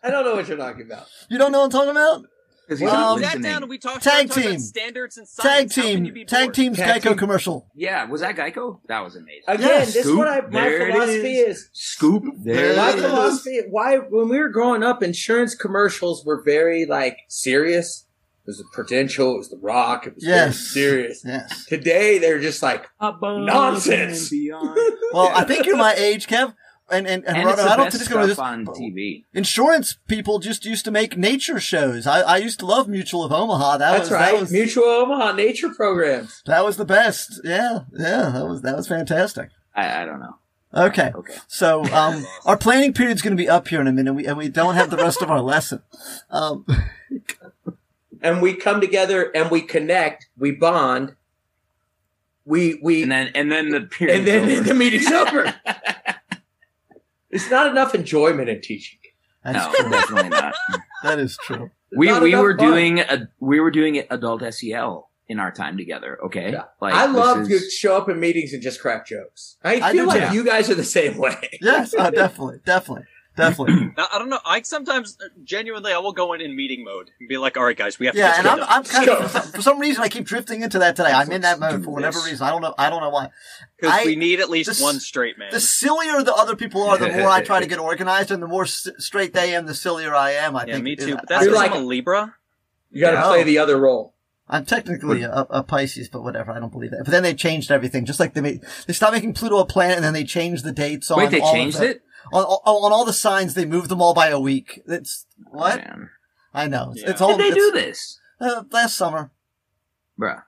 Speaker 5: I don't know what you're talking about.
Speaker 2: You don't know what I'm talking about?
Speaker 4: because he's
Speaker 3: We
Speaker 2: Well,
Speaker 4: not
Speaker 2: um,
Speaker 3: sat down and
Speaker 4: listening.
Speaker 3: we talked,
Speaker 2: Tag
Speaker 3: started talking
Speaker 2: team.
Speaker 3: about standards and
Speaker 2: Tag
Speaker 3: science. How can you be
Speaker 2: team, tag
Speaker 3: bored?
Speaker 2: team's
Speaker 5: Tag
Speaker 2: Geico
Speaker 5: team.
Speaker 2: commercial.
Speaker 4: Yeah, was that Geico? That was amazing.
Speaker 5: Again,
Speaker 2: Yes.
Speaker 5: this is what I,
Speaker 4: Scoop,
Speaker 5: my
Speaker 4: there it
Speaker 5: philosophy
Speaker 4: is.
Speaker 5: is.
Speaker 4: Scoop. There
Speaker 5: My
Speaker 4: it is.
Speaker 5: philosophy, why when we were growing up, insurance commercials were very like serious. It was the potential, it was the rock, it was very
Speaker 2: Yes.
Speaker 5: serious.
Speaker 2: Yes.
Speaker 5: Today they're just like
Speaker 4: Above
Speaker 5: Nonsense.
Speaker 2: (laughs)
Speaker 4: and beyond.
Speaker 2: Well, I think you're my age, Kev. And and, and,
Speaker 4: and
Speaker 2: Ronald,
Speaker 4: it's the
Speaker 2: I don't
Speaker 4: best
Speaker 2: think
Speaker 4: stuff
Speaker 2: this.
Speaker 4: on TV.
Speaker 2: Insurance people just used to make nature shows. I, I used to love Mutual of Omaha. That
Speaker 5: that's
Speaker 2: was
Speaker 5: right,
Speaker 2: That was,
Speaker 5: mutual Omaha nature programs.
Speaker 2: that was the best. Yeah, yeah. That was that was fantastic.
Speaker 4: I, I don't know.
Speaker 2: Okay,
Speaker 4: Okay.
Speaker 2: so um,
Speaker 3: (laughs)
Speaker 2: our planning period's going to be up here in a minute, and we, and we don't have the rest of our lesson. Um,
Speaker 5: And we come together and we connect, we bond, we we
Speaker 4: And
Speaker 5: and
Speaker 4: then and then the period.
Speaker 5: then, (laughs) the
Speaker 4: (laughs)
Speaker 5: meeting's over. It's not enough enjoyment in teaching.
Speaker 2: that's (laughs)
Speaker 4: no,
Speaker 2: true.
Speaker 4: definitely not.
Speaker 2: That is true.
Speaker 4: We
Speaker 5: Not
Speaker 4: we
Speaker 5: enough
Speaker 4: were
Speaker 5: fun.
Speaker 4: doing a, we were doing adult SEL in our time together. Okay,
Speaker 5: Yeah.
Speaker 4: like
Speaker 5: I
Speaker 4: this
Speaker 5: love
Speaker 4: is-
Speaker 5: to show up in meetings and just crack jokes. I,
Speaker 2: I
Speaker 5: feel
Speaker 2: do
Speaker 5: like
Speaker 2: too.
Speaker 5: you guys are the same way.
Speaker 2: Yes, uh, definitely, definitely, definitely.
Speaker 3: Now, I don't know. I sometimes uh, genuinely I will go in in meeting mode and be like, "All right, guys, we have to."
Speaker 2: Yeah,
Speaker 3: get
Speaker 2: and I'm,
Speaker 3: this
Speaker 2: I'm kind of
Speaker 5: Sure.
Speaker 2: for some, for some reason I keep drifting into that today. I'm in that
Speaker 4: Let's
Speaker 2: mode
Speaker 4: do
Speaker 2: for whatever
Speaker 4: this.
Speaker 2: reason. I don't know. I don't know why. I-
Speaker 3: because we need at least
Speaker 2: this-
Speaker 3: one straight man.
Speaker 2: The sillier the other people are, the more I try to get organized, and the more s- straight they am, the sillier I am. I
Speaker 3: yeah,
Speaker 2: think.
Speaker 3: me too. But
Speaker 2: I,
Speaker 3: that's
Speaker 5: You're
Speaker 3: because
Speaker 5: like-
Speaker 3: I'm a Libra.
Speaker 5: You got to
Speaker 2: Yeah.
Speaker 5: play the other role.
Speaker 2: I'm technically a, a Pisces, but whatever. I don't believe that. But then they changed everything, just like they made. They stopped making Pluto a planet, and then they changed the dates on.
Speaker 4: wait. They
Speaker 2: all of
Speaker 4: changed
Speaker 2: the-
Speaker 4: it.
Speaker 2: on, all- on all the signs. They moved them all by a week. It's what
Speaker 4: Man.
Speaker 2: I know. It's,
Speaker 3: Yeah.
Speaker 2: it's all.
Speaker 4: Did they do
Speaker 2: it's-
Speaker 4: this,
Speaker 2: Uh, last summer,
Speaker 4: bruh?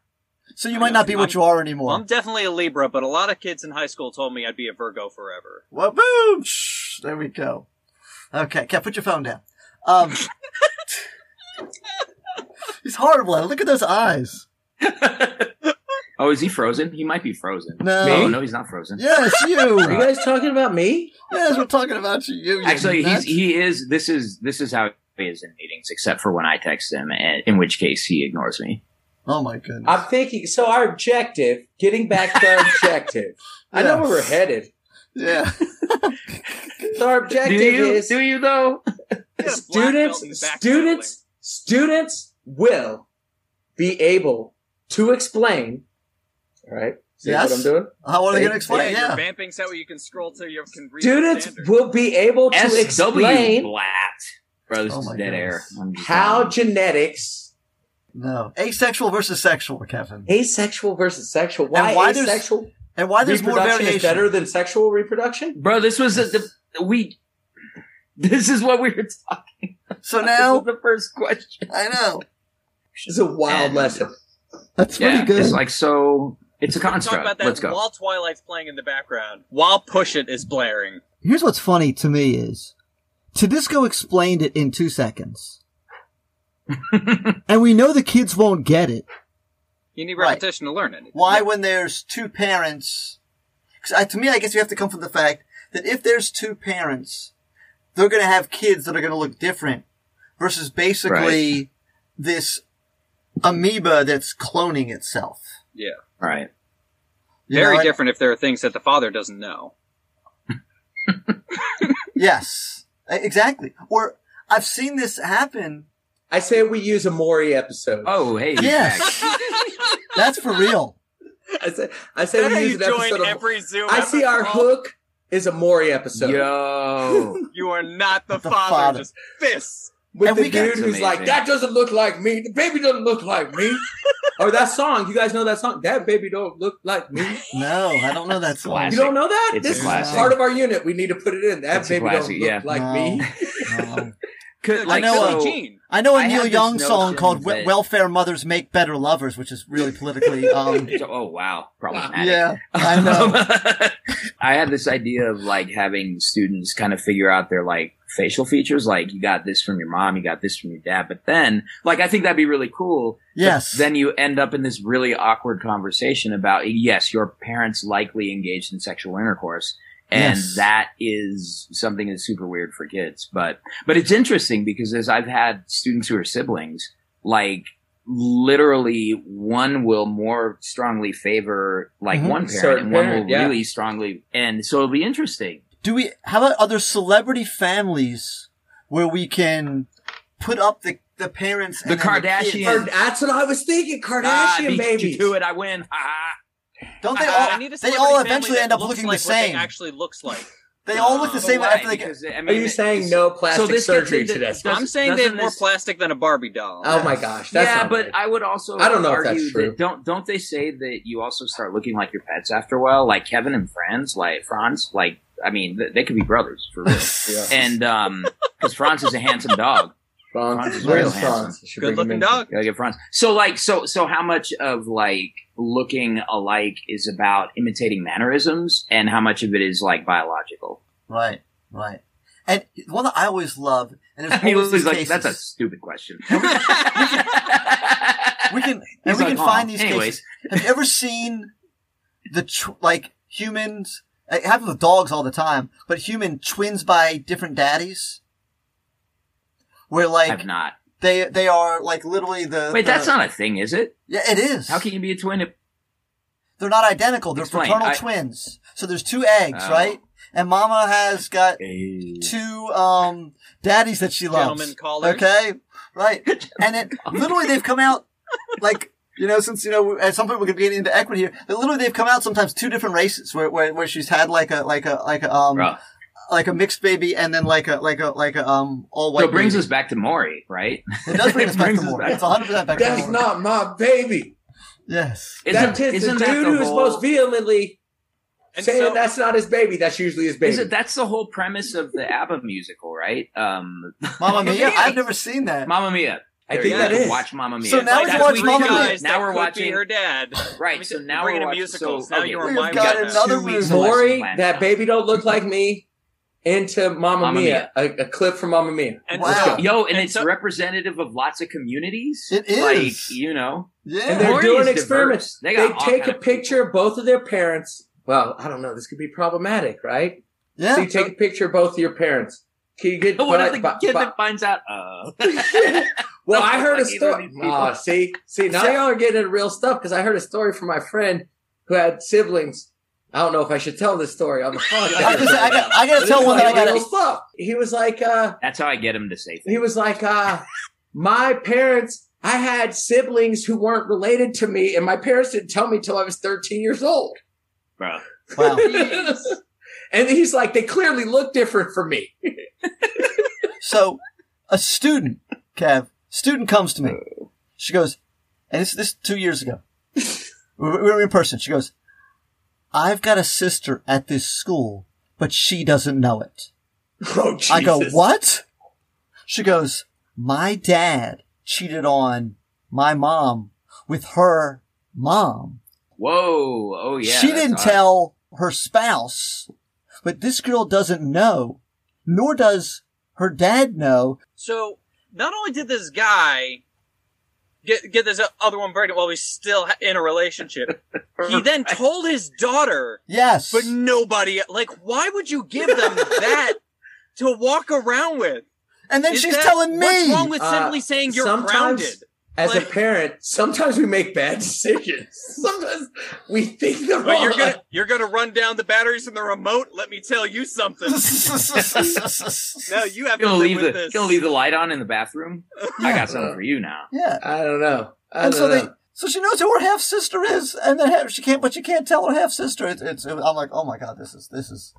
Speaker 2: so you might not be what you are anymore.
Speaker 3: Well, I'm definitely a Libra, but a lot of kids in high school told me I'd be a Virgo forever.
Speaker 2: Well, boom! Shh, There we go. Okay, Kev, put your phone down. Um, (laughs) he's horrible at it. Look at those eyes.
Speaker 4: (laughs) Oh, is he frozen? He might be frozen.
Speaker 2: No.
Speaker 4: Oh,
Speaker 5: Me?
Speaker 4: no, he's not frozen.
Speaker 2: Yes,
Speaker 4: (laughs)
Speaker 5: Are you
Speaker 2: you.
Speaker 5: guys talking about me?
Speaker 2: yes, we're talking about you. you
Speaker 4: Actually, he's
Speaker 2: nuts.
Speaker 4: he is. This is this is how he is in meetings, except for when I text him, and, in which case he ignores me.
Speaker 2: Oh my goodness.
Speaker 5: I'm thinking. So our objective, getting back to our objective. I know where we're
Speaker 2: Yes.
Speaker 5: headed.
Speaker 2: yeah.
Speaker 5: So our
Speaker 4: Do
Speaker 5: objective
Speaker 4: you?
Speaker 5: is
Speaker 4: Do you though?
Speaker 3: Get a black belt in
Speaker 5: students,
Speaker 3: backpedaling.
Speaker 5: students, students will be able to explain. All right. See
Speaker 2: Yes.
Speaker 5: what I'm doing?
Speaker 2: How are they going to
Speaker 3: Yeah,
Speaker 2: explain?
Speaker 3: your
Speaker 2: Yeah.
Speaker 3: vamping's that way you can scroll to you can read. the
Speaker 5: Students
Speaker 3: standard.
Speaker 5: will be able to
Speaker 4: SW
Speaker 5: explain
Speaker 4: Blatt. Bro, this
Speaker 2: Oh
Speaker 4: is
Speaker 2: my
Speaker 4: dead air.
Speaker 2: goodness.
Speaker 4: I'm just-
Speaker 5: how genetics,
Speaker 2: No. Asexual versus sexual, Kevin.
Speaker 5: asexual versus sexual. Why,
Speaker 2: why there's
Speaker 5: asexual
Speaker 2: And why there's more
Speaker 5: reproduction
Speaker 2: variation?
Speaker 5: is better than sexual reproduction?
Speaker 4: Bro, this was a, the, we. This is what we were talking.
Speaker 2: so
Speaker 4: Now (laughs)
Speaker 2: now
Speaker 4: the first question.
Speaker 2: I know
Speaker 5: This is a wild
Speaker 4: And-
Speaker 5: lesson.
Speaker 2: that's
Speaker 4: Yeah,
Speaker 2: pretty good.
Speaker 4: it's like so. It's
Speaker 3: We
Speaker 4: a
Speaker 3: can Talk
Speaker 4: construct.
Speaker 3: about that
Speaker 4: Let's go.
Speaker 3: while Twilight's playing in the background, while Push It is blaring.
Speaker 2: Here's what's funny to me is Tedisco explained it in two
Speaker 4: (laughs)
Speaker 2: seconds. and we know the kids won't get it.
Speaker 3: You need
Speaker 2: Right.
Speaker 3: repetition to learn it.
Speaker 2: Why, when there's two parents 'Cause I, to me, I guess you have to come from the fact that if there's two parents, they're going to have kids that are going to look different versus basically this amoeba that's cloning itself.
Speaker 3: Yeah.
Speaker 4: Right.
Speaker 2: You
Speaker 3: Very
Speaker 2: know, I-
Speaker 3: different if there are things that the father doesn't know.
Speaker 2: Yes, E- exactly. Or I've seen this happen.
Speaker 5: I say we use a Maury episode.
Speaker 4: Oh, hey. he's back.
Speaker 2: Yes, that's for real.
Speaker 5: I say I say
Speaker 3: That's how
Speaker 5: we
Speaker 3: you
Speaker 5: use an episode
Speaker 3: join
Speaker 5: of.
Speaker 3: every Zoom.
Speaker 5: I see
Speaker 3: episode
Speaker 5: our
Speaker 3: call.
Speaker 5: hook is a Maury episode.
Speaker 4: Yo. (laughs)
Speaker 3: You are not the,
Speaker 2: The
Speaker 3: father,
Speaker 2: father.
Speaker 3: Just fists.
Speaker 5: With
Speaker 2: And
Speaker 5: the
Speaker 2: we
Speaker 5: dude
Speaker 2: got-
Speaker 5: who's
Speaker 4: That's amazing.
Speaker 5: like, that doesn't look like me. The baby doesn't look like me. or that song. You guys know that song? That baby don't look like me.
Speaker 2: No, I don't know that song.
Speaker 5: You
Speaker 4: Classic.
Speaker 5: don't know that?
Speaker 4: It's a
Speaker 5: this is
Speaker 2: classic.
Speaker 5: part of our unit. We need to put it in. That
Speaker 4: It's a
Speaker 5: baby
Speaker 4: classic,
Speaker 5: don't look
Speaker 4: yeah.
Speaker 5: like
Speaker 2: No.
Speaker 5: me.
Speaker 2: No.
Speaker 4: Could, like,
Speaker 3: Like
Speaker 2: know uh,
Speaker 3: Billie
Speaker 2: a-
Speaker 4: so,
Speaker 3: Jean.
Speaker 2: I know a
Speaker 4: I
Speaker 2: Neil
Speaker 4: have this
Speaker 2: Young song
Speaker 4: notion
Speaker 2: called
Speaker 4: that-
Speaker 2: "We- "Welfare Mothers Make Better Lovers," which is really politically. Um,
Speaker 4: oh, wow. Problematic.
Speaker 2: yeah,
Speaker 3: (laughs)
Speaker 2: I know.
Speaker 4: Um, (laughs) I had this idea of like having students kind of figure out their like facial features. Like you got this from your mom, you got this from your dad. But then, like, I think that'd be really cool. But
Speaker 2: Yes.
Speaker 4: Then you end up in this really awkward conversation about yes, your parents likely engaged in sexual intercourse. And
Speaker 2: Yes.
Speaker 4: that is something that's super weird for kids. But, but it's interesting because as I've had students who are siblings, like literally one will more strongly favor like
Speaker 2: Mhm.
Speaker 5: Mm-hmm.
Speaker 4: one parent
Speaker 5: Certain
Speaker 4: and one
Speaker 5: parent,
Speaker 4: will
Speaker 5: yeah.
Speaker 4: really strongly and so it'll be interesting
Speaker 2: Do we? How about other celebrity families where we can put up the the parents,
Speaker 4: The
Speaker 2: and then kids?
Speaker 4: Kardashians.
Speaker 5: Or that's what I was thinking.
Speaker 4: Ah,
Speaker 5: Kardashian
Speaker 4: beat
Speaker 5: babies.
Speaker 4: you to it i win Ha, ha.
Speaker 2: Don't they
Speaker 3: Uh,
Speaker 2: all?
Speaker 3: I need a
Speaker 2: They
Speaker 3: celebrity
Speaker 2: all
Speaker 3: family
Speaker 2: eventually
Speaker 3: that
Speaker 2: end up
Speaker 3: looks
Speaker 2: looking
Speaker 3: like
Speaker 2: the
Speaker 3: what they
Speaker 2: same.
Speaker 3: actually looks like.
Speaker 2: They all look the
Speaker 3: But
Speaker 2: same
Speaker 4: Why?
Speaker 2: after they get.
Speaker 4: Because, I mean,
Speaker 5: Are you
Speaker 4: it's-
Speaker 5: saying no plastic
Speaker 4: this gets
Speaker 5: surgery
Speaker 4: into-
Speaker 5: to this?
Speaker 4: does-
Speaker 3: I'm saying they
Speaker 4: doesn't
Speaker 3: have more
Speaker 4: this-
Speaker 3: plastic than a Barbie doll.
Speaker 5: Oh my gosh. That's
Speaker 4: yeah,
Speaker 5: not
Speaker 4: but
Speaker 5: right.
Speaker 4: I would also.
Speaker 5: I don't know if that's
Speaker 4: argue
Speaker 5: true.
Speaker 4: That don't don't they say that you also start looking like your pets after a while, like Kevin and Franz, like Franz, like I mean, th- they could be brothers for real.
Speaker 5: (laughs)
Speaker 4: and um, because Franz is a handsome dog.
Speaker 5: Franz
Speaker 4: is
Speaker 5: is
Speaker 4: real
Speaker 5: real
Speaker 4: handsome.
Speaker 3: Good looking dog.
Speaker 4: You gotta get Franz. So like, so so how much of like looking alike is about imitating mannerisms, and how much of it is like
Speaker 2: (laughs)
Speaker 4: biological?
Speaker 2: (laughs) Right, right. And one that I always love,
Speaker 4: (laughs)
Speaker 2: and there's
Speaker 4: I mean,
Speaker 2: always these
Speaker 4: like
Speaker 2: cases.
Speaker 4: that's a
Speaker 2: (laughs)
Speaker 4: stupid question.
Speaker 2: we
Speaker 4: (laughs)
Speaker 2: can and
Speaker 4: He's
Speaker 2: we
Speaker 4: like,
Speaker 2: can
Speaker 4: "Oh,
Speaker 2: find these
Speaker 4: anyways."
Speaker 2: cases. Have you ever seen the tw- like humans? It happens with dogs all the time, but human twins by different daddies, where like uh,
Speaker 4: I've not.
Speaker 2: they they are like literally the
Speaker 4: Wait,
Speaker 2: the-
Speaker 4: that's not a thing, is it?
Speaker 2: yeah it is.
Speaker 4: How can you be a twin? If-
Speaker 2: They're not identical. They're
Speaker 4: Explain.
Speaker 2: fraternal
Speaker 4: I-
Speaker 2: twins. So there's two eggs,
Speaker 4: Oh.
Speaker 2: right? And Mama has got two um daddies that she loves.
Speaker 3: Gentlemen callers.
Speaker 2: Okay, right. and it literally they've come out like you know since you know at some point we're gonna be getting into equity here. But literally they've come out sometimes two different races where where, where she's had like a like a like a um
Speaker 4: Bruh.
Speaker 2: like a mixed baby and then like a like a like a um all white.
Speaker 4: So it brings
Speaker 2: baby.
Speaker 4: us back to Maury, right?
Speaker 2: It does bring
Speaker 4: it
Speaker 2: us back
Speaker 4: brings
Speaker 2: to
Speaker 4: us
Speaker 2: more.
Speaker 4: back-
Speaker 2: It's 100 percent back
Speaker 3: (laughs)
Speaker 5: That's
Speaker 2: to more.
Speaker 5: not my baby.
Speaker 2: Yes.
Speaker 5: that is the dude who's most vehemently
Speaker 3: And
Speaker 5: saying
Speaker 3: so-
Speaker 5: that's not his baby. That's usually his baby.
Speaker 4: Is it, that's the whole premise of the ABBA musical, right? Um,
Speaker 2: Mama Mia. I've never seen that.
Speaker 4: Mamma Mia.
Speaker 5: I
Speaker 4: There
Speaker 5: think
Speaker 4: you
Speaker 5: that
Speaker 4: go.
Speaker 5: is.
Speaker 4: Watch Mamma Mia.
Speaker 2: So now
Speaker 3: Like,
Speaker 2: we
Speaker 3: that's
Speaker 2: watch
Speaker 3: three
Speaker 2: Mamma Mia.
Speaker 3: guys that
Speaker 4: Now we're
Speaker 3: could Be
Speaker 4: watching.
Speaker 3: her dad.
Speaker 4: Right. So now
Speaker 3: Bringing
Speaker 4: we're
Speaker 3: in
Speaker 4: watching.
Speaker 3: musicals.
Speaker 4: So,
Speaker 3: Now
Speaker 4: okay,
Speaker 3: you're
Speaker 2: We've
Speaker 3: reminding
Speaker 2: got
Speaker 4: got
Speaker 3: us.
Speaker 2: another
Speaker 4: two weeks
Speaker 2: reason.
Speaker 4: left to
Speaker 5: Maury,
Speaker 4: plan.
Speaker 5: that baby don't look like me, into Mamma,
Speaker 4: Mamma
Speaker 5: Mia, A, a clip from Mamma Mia.
Speaker 3: And
Speaker 2: Wow.
Speaker 3: so,
Speaker 4: Yo, and,
Speaker 3: And
Speaker 4: it's
Speaker 3: so-
Speaker 4: representative of lots of communities.
Speaker 2: It is.
Speaker 4: Like, you know.
Speaker 2: Yeah.
Speaker 5: And they're
Speaker 4: Maury
Speaker 5: doing
Speaker 4: is
Speaker 5: experiments.
Speaker 4: diverse. They
Speaker 5: They,
Speaker 4: got all
Speaker 5: take
Speaker 4: kind
Speaker 5: a
Speaker 4: of
Speaker 5: picture of both of their parents. Well, I don't know. This could be problematic, right?
Speaker 2: yeah.
Speaker 5: so you take a picture of both of your parents. Can you
Speaker 2: (laughs)
Speaker 5: get?
Speaker 4: But what if the
Speaker 5: bi- bi-
Speaker 4: kid
Speaker 5: bi-
Speaker 4: that finds out?
Speaker 5: (laughs)
Speaker 4: Uh,
Speaker 5: well, I heard a
Speaker 4: Like, either of
Speaker 5: story.
Speaker 4: these people.
Speaker 5: Oh, see, see, now y'all are getting into real stuff because I heard a story from my friend who had siblings. I don't know if I should tell this story on the
Speaker 2: (laughs)
Speaker 5: podcast.
Speaker 2: I, was gonna say, I, got, I gotta
Speaker 5: This
Speaker 2: tell
Speaker 5: is
Speaker 2: one that I
Speaker 5: like
Speaker 2: gotta.
Speaker 5: real stuff. He was like, uh,
Speaker 4: that's how I get him to say things.
Speaker 5: he was like, uh, my parents, I had siblings who weren't related to me, and my parents didn't tell me till I was 13 years old.
Speaker 4: Bro.
Speaker 2: Wow.
Speaker 5: (laughs) and he's like, they clearly look different from me.
Speaker 2: So, a student, Kev, student comes to me. She goes, and this this is two years
Speaker 4: (laughs)
Speaker 2: ago. We were we were in person. She goes, I've got a sister at this school, but she doesn't know it.
Speaker 5: (laughs) Oh, Jesus.
Speaker 2: I go, what? She goes, my dad cheated on my mom with her mom.
Speaker 4: Whoa. Oh, yeah.
Speaker 2: she
Speaker 4: that's
Speaker 2: didn't
Speaker 4: odd.
Speaker 2: tell her spouse, but this girl doesn't know, nor does her dad know.
Speaker 3: so not only did this guy get get this other one pregnant while he's still ha- in a relationship.
Speaker 2: (laughs)
Speaker 3: He then told his daughter,
Speaker 2: Yes.
Speaker 3: but nobody like why would you give
Speaker 2: (laughs)
Speaker 3: them that to walk around with?
Speaker 2: and then
Speaker 3: Is
Speaker 2: she's
Speaker 3: that-
Speaker 2: telling me.
Speaker 3: What's wrong with
Speaker 5: Uh,
Speaker 3: simply saying you're
Speaker 5: sometimes-
Speaker 3: grounded?
Speaker 5: As a
Speaker 3: Like-
Speaker 5: parent, sometimes we make
Speaker 4: (laughs)
Speaker 5: bad decisions. Sometimes we think the
Speaker 3: (laughs) But you're
Speaker 5: wrong.
Speaker 3: gonna you're gonna run down the batteries in the remote. Let me tell you
Speaker 5: (laughs)
Speaker 3: something.
Speaker 2: (laughs)
Speaker 3: No, you have to
Speaker 4: You gonna
Speaker 3: live
Speaker 4: leave
Speaker 3: with
Speaker 4: the you
Speaker 3: this.
Speaker 4: gonna leave the light on in the bathroom? I got something for you now.
Speaker 2: yeah.
Speaker 5: I don't know. I
Speaker 2: And
Speaker 5: don't
Speaker 2: so
Speaker 5: know.
Speaker 2: they, so she knows who her half sister is, and then half, she can't, but she can't tell her half sister. It's, it's, I'm like, oh my god, this is, this is.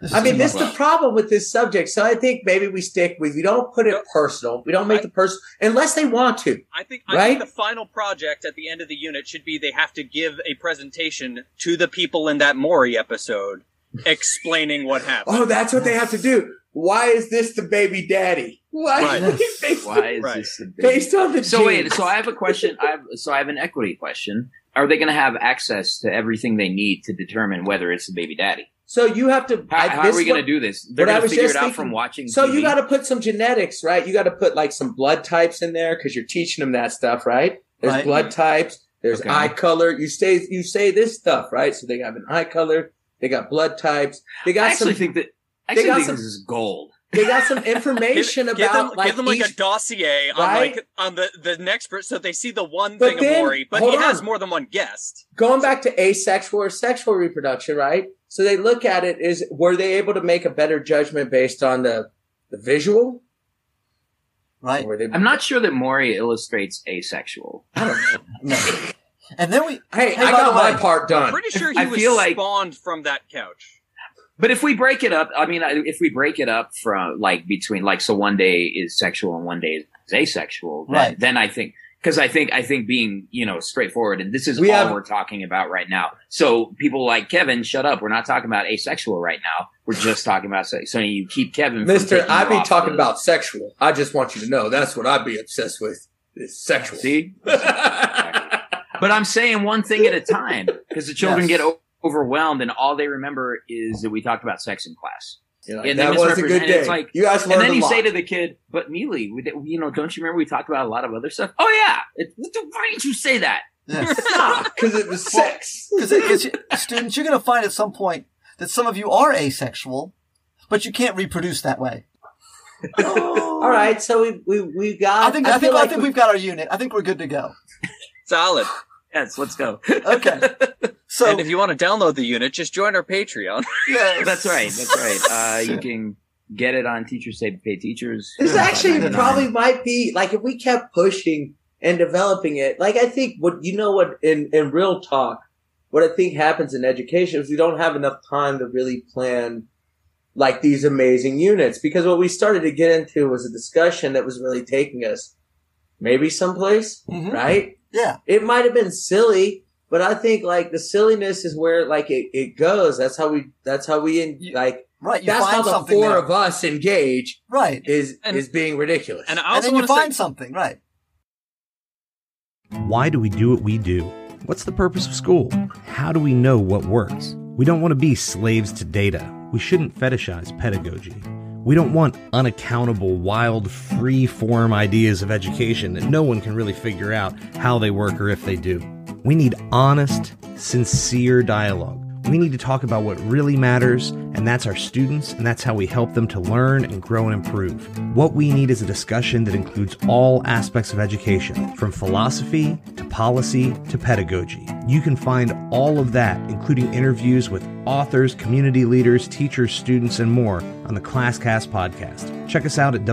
Speaker 2: This
Speaker 5: I mean,
Speaker 2: too
Speaker 5: this is
Speaker 2: much.
Speaker 4: (laughs)
Speaker 5: the problem with this subject. So I think maybe we stick with we don't put it personal. We don't make the person unless they want to.
Speaker 3: I think I think
Speaker 5: Right?
Speaker 3: the final project at the end of the unit should be they have to give a presentation to the people in that Mori episode explaining what happened.
Speaker 5: Oh, that's what they have to do. Why is this the baby daddy? Why?
Speaker 3: Right.
Speaker 5: (laughs) based,
Speaker 4: Why is
Speaker 3: Right.
Speaker 4: this a big
Speaker 5: based on the
Speaker 4: So wait,
Speaker 5: genes.
Speaker 4: so I have a question. I have, so I have an equity question. Are they going to have access to everything they need to determine whether it's a baby daddy?
Speaker 5: So you have to.
Speaker 4: How,
Speaker 5: I-
Speaker 4: how
Speaker 5: this
Speaker 4: are we going
Speaker 5: one-
Speaker 4: to do this? They're
Speaker 5: what I
Speaker 4: going to
Speaker 5: was
Speaker 4: figure
Speaker 5: just
Speaker 4: it out
Speaker 5: thinking-
Speaker 4: from watching.
Speaker 5: So you
Speaker 4: TV?
Speaker 5: got to put some genetics, right? You got to put like some blood types in there because you're teaching them that stuff, right? There's
Speaker 2: Right.
Speaker 5: blood types. There's
Speaker 4: Okay.
Speaker 5: eye color. You say you say this stuff, right? So they have an eye color. They got blood types. They
Speaker 4: I
Speaker 5: got
Speaker 4: actually
Speaker 5: some.
Speaker 4: think that. I actually
Speaker 5: got
Speaker 4: think
Speaker 5: some-
Speaker 4: this is gold.
Speaker 5: They got
Speaker 3: (laughs)
Speaker 5: some
Speaker 3: Give,
Speaker 5: information
Speaker 3: give
Speaker 5: about
Speaker 3: them,
Speaker 5: like,
Speaker 3: give them like
Speaker 5: each-
Speaker 3: a dossier on
Speaker 5: Right?
Speaker 3: like on the the next person, so they see the one
Speaker 5: But
Speaker 3: thing
Speaker 5: then-
Speaker 3: of Maury, but
Speaker 5: hold
Speaker 3: he has
Speaker 5: on.
Speaker 3: more than one guest.
Speaker 5: going back to asexual or sexual reproduction, right? So they look at it is were they able to make a better judgment based on the the visual?
Speaker 2: right.
Speaker 5: Or were they,
Speaker 4: I'm not sure that Maury illustrates asexual.
Speaker 2: No. And then we,
Speaker 5: Hey,
Speaker 2: Hey,
Speaker 5: I
Speaker 2: by
Speaker 5: got
Speaker 2: the way,
Speaker 5: my part done.
Speaker 3: I'm pretty sure he
Speaker 4: I
Speaker 3: was
Speaker 4: feel like-
Speaker 3: spawned from that couch.
Speaker 4: But if we break it up, I mean, I- if we break it up from like between like so one day is sexual and one day is asexual, then,
Speaker 2: Right.
Speaker 4: then I think because I think I think being you know straightforward and this is
Speaker 5: We
Speaker 4: all
Speaker 5: have-
Speaker 4: we're talking about right now. So people like Kevin, shut up. We're not talking about asexual right now. We're just talking about sex. so you keep Kevin, from
Speaker 5: Mister,
Speaker 4: taking
Speaker 5: I
Speaker 4: you
Speaker 5: be
Speaker 4: off
Speaker 5: talking
Speaker 4: the-
Speaker 5: about sexual. I just want you to know that's what I'd be obsessed with. Is
Speaker 4: (laughs)
Speaker 5: sexual. (laughs)
Speaker 4: see. But I'm saying one thing at a time because the children
Speaker 2: Yes.
Speaker 4: get o- overwhelmed and all they remember is that we talked about sex in class.
Speaker 5: You're
Speaker 4: Yeah,
Speaker 5: like,
Speaker 4: they
Speaker 5: that was a good
Speaker 4: misrepresented.
Speaker 5: day.
Speaker 4: It's like-
Speaker 5: you guys learned
Speaker 4: and then
Speaker 5: a
Speaker 4: you
Speaker 5: lot.
Speaker 4: say to the kid, "But Neely, we- you know, don't you remember we talked about a lot of other stuff?" Oh yeah, It- why didn't you say that?
Speaker 2: yes.
Speaker 5: (laughs)
Speaker 4: Stop.
Speaker 5: because
Speaker 4: (laughs)
Speaker 5: it was sex.
Speaker 2: Because it- it's- students, you're going to find at some point that some of you are asexual, but you can't reproduce that way.
Speaker 5: All right, so we we, we got.
Speaker 2: I think, I,
Speaker 5: feel
Speaker 2: think,
Speaker 5: like
Speaker 2: I think
Speaker 5: we-
Speaker 2: we've got our unit. I think we're good to go.
Speaker 3: Solid.
Speaker 4: yes, let's go.
Speaker 2: Okay. So
Speaker 3: and if you want to download the unit, just join our Patreon.
Speaker 2: yes.
Speaker 4: That's right. That's right.
Speaker 2: (laughs)
Speaker 4: Uh, you can get it on Teachers Say Pay Teachers.
Speaker 5: This
Speaker 4: Uh,
Speaker 5: actually
Speaker 4: $5.99.
Speaker 5: probably might be like if we kept pushing and developing it. Like I think what you know what in in real talk, what I think happens in education is we don't have enough time to really plan like these amazing units because what we started to get into was a discussion that was really taking us maybe someplace
Speaker 2: Mhm.
Speaker 5: right
Speaker 2: Yeah.
Speaker 5: it might have been silly but i think like the silliness is where like it, it goes that's how we that's how we in, like
Speaker 2: Right. You
Speaker 5: that's
Speaker 2: find
Speaker 5: how the
Speaker 2: something.
Speaker 5: four
Speaker 2: there.
Speaker 5: of us engage
Speaker 2: right.
Speaker 5: is
Speaker 3: And-
Speaker 5: is being ridiculous
Speaker 3: And I
Speaker 2: And
Speaker 3: also
Speaker 2: then you
Speaker 3: want to say,
Speaker 2: find something. Right.
Speaker 7: Why do we do what we do? What's the purpose of school? How do we know what works? We don't want to be slaves to data. We shouldn't fetishize pedagogy. We don't want unaccountable, wild, free form ideas of education that no one can really figure out how they work or if they do. We need honest, sincere dialogue. We need to talk about what really matters, and that's our students, and that's how we help them to learn and grow and improve. What we need is a discussion that includes all aspects of education, from philosophy to policy to pedagogy. You can find all of that, including interviews with authors, community leaders, teachers, students, and more on the ClassCast podcast. Check us out at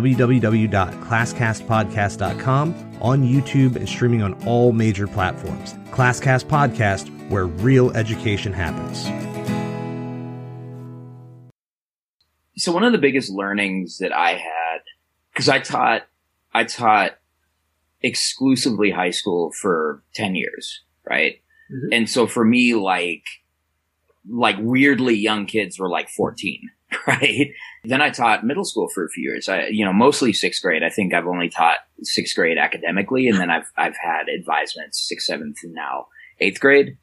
Speaker 7: www.classcastpodcast.com, on YouTube, and streaming on all major platforms. ClassCast Podcast, where real education happens.
Speaker 4: so one of the biggest learnings that I had because I taught I taught exclusively high school for 10 years, right?
Speaker 5: Mhm.
Speaker 4: And so for me like like weirdly young kids were like 14, (laughs) right? Then I taught middle school for a few years. I you know, mostly 6th grade. I think I've only taught 6th grade academically and then I've I've had advisements 6th, 7th and now 8th grade.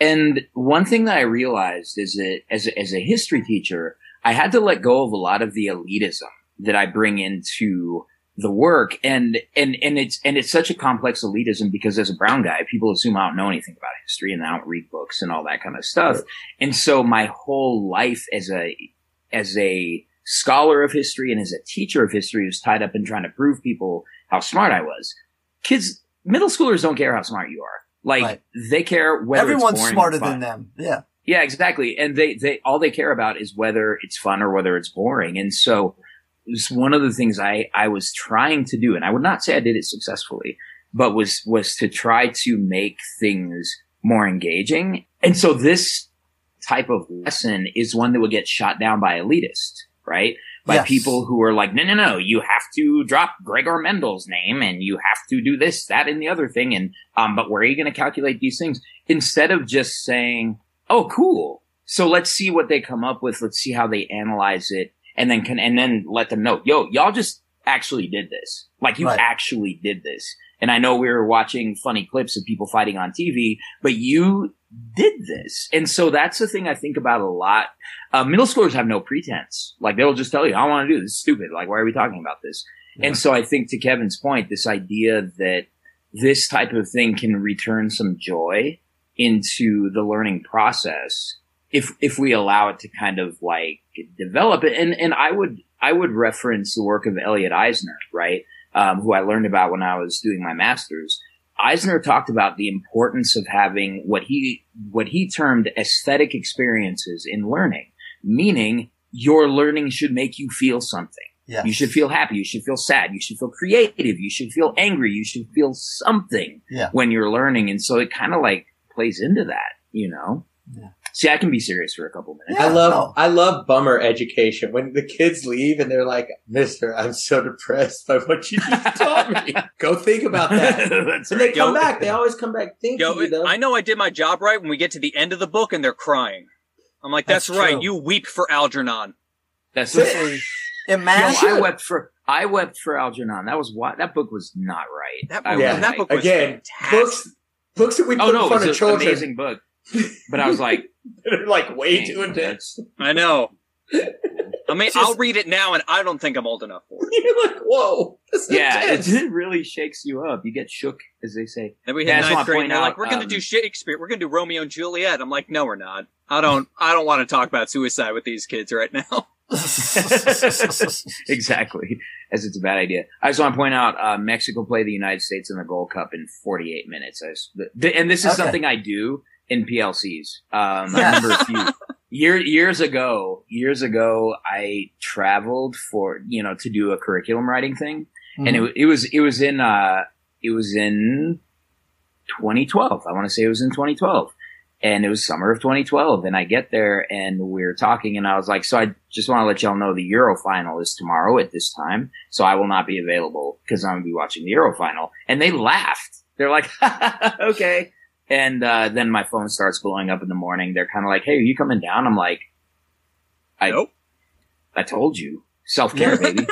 Speaker 4: And one thing that I realized is that as a, as a history teacher, I had to let go of a lot of the elitism that I bring into the work and and and it's and it's such a complex elitism because as a brown guy people assume i don't know anything about history and i don't read books and all that kind of stuff and so my whole life as a as a scholar of history and as a teacher of history was tied up in trying to prove people how smart i was kids middle schoolers don't care how smart you are like
Speaker 2: Right.
Speaker 4: they care whether it's
Speaker 2: Everyone's
Speaker 4: boring or
Speaker 2: smarter
Speaker 4: fun.
Speaker 2: than them. Yeah.
Speaker 4: Yeah, exactly. And they, they, all they care about is whether it's fun or whether it's boring. And so it's one of the things I, I was trying to do. And I would not say I did it successfully, but was, was to try to make things more engaging. And so this type of lesson is one that would get shot down by elitists, right? By
Speaker 2: Yes.
Speaker 4: people who are like, no, no, no, you have to drop Gregor Mendel's name and you have to do this, that, and the other thing. And, um, but where are you going to calculate these things? Instead of just saying, oh cool so let's see what they come up with let's see how they analyze it and then can and then let them know yo y'all just actually did this like you
Speaker 2: Right.
Speaker 4: actually did this and i know we were watching funny clips of people fighting on tv but you did this and so that's the thing i think about a lot uh, middle schoolers have no pretense like they'll just tell you i don't want to do this It's stupid like why are we talking about this and so i think to kevin's point this idea that this type of thing can return some joy into the learning process if if we allow it to kind of like develop it and and I would I would reference the work of Elliot Eisner right um, who I learned about when I was doing my master's Eisner talked about the importance of having what he what he termed aesthetic experiences in learning meaning your learning should make you feel something
Speaker 2: Yeah.
Speaker 4: you should feel happy. You should feel sad. You should feel creative. You should feel angry. You should feel something
Speaker 2: Yeah.
Speaker 4: when you're learning. And so it kind of like plays into that, you know?
Speaker 2: Yeah.
Speaker 4: See, I can be serious for a couple minutes.
Speaker 5: I
Speaker 2: Yeah,
Speaker 5: love
Speaker 2: no.
Speaker 5: I love bummer education when the kids leave and they're like, "Mister, I'm so depressed by what you just taught me." Go think
Speaker 2: (laughs)
Speaker 5: about
Speaker 4: (laughs)
Speaker 5: that.
Speaker 4: That's
Speaker 5: So they
Speaker 3: Yo-
Speaker 5: come back. They always come back. Thank
Speaker 3: Yo,
Speaker 5: you. Though.
Speaker 3: I know I did my job right when we get to the end of the book and they're crying. I'm like, that's,
Speaker 2: That's
Speaker 3: right.
Speaker 2: true.
Speaker 3: You weep for Algernon.
Speaker 4: That's
Speaker 2: Literally.
Speaker 4: it. Yo,
Speaker 2: Imagine.
Speaker 4: I wept for I wept for Algernon. That was why that book was not right.
Speaker 3: That
Speaker 4: I
Speaker 3: book,
Speaker 4: was
Speaker 5: Yeah.
Speaker 3: that
Speaker 4: like-
Speaker 3: book was
Speaker 5: Again,
Speaker 3: fantastic.
Speaker 5: books books that we put
Speaker 4: oh no,
Speaker 5: in front of
Speaker 4: it's an
Speaker 5: children (laughs)
Speaker 4: amazing book. But I was like,
Speaker 5: they're like way too
Speaker 4: dang,
Speaker 5: intense.
Speaker 4: that's-
Speaker 3: I know. I mean,
Speaker 5: Just-
Speaker 3: I'll read it now, and I don't think I'm old enough for it.
Speaker 5: (laughs) You're like, "Whoa, that's (laughs)
Speaker 4: yeah, it,
Speaker 5: intense."
Speaker 4: it (laughs) really shakes you up. You get shook, as they say.
Speaker 3: Then we
Speaker 4: Yeah,
Speaker 3: hit
Speaker 4: I just
Speaker 3: ninth
Speaker 4: wanna
Speaker 3: grade, and
Speaker 4: point
Speaker 3: they're like,
Speaker 4: out,
Speaker 3: "We're gonna
Speaker 4: um,
Speaker 3: do Shakespeare. We're gonna do Romeo and Juliet." I'm like, "No, we're not. I don't. I don't want to talk about suicide with these kids right now."
Speaker 4: (laughs) exactly, as it's a bad idea. I just want to point out uh, Mexico played the United States in the Gold Cup in 48 minutes. I s- th- and this is
Speaker 2: Okay.
Speaker 4: something I do in PLCs. Um, I
Speaker 2: Yes.
Speaker 4: remember a few year, years ago, years ago, I traveled for you know to do a curriculum writing thing, and it, wa- it was it was in uh, it was in 2012. I want to say it was in 2012. And it was summer of 2012. And I get there and we are talking and I was like, so I just want to let y'all know the Euro final is tomorrow at this time. So I will not be available because I'm going to be watching the Euro final. And they laughed. They're like, (laughs) okay. And, uh, then my phone starts blowing up in the morning. They're kind of like, Hey, are you coming down? I'm like, I,
Speaker 3: Nope.
Speaker 4: I told you self care, baby.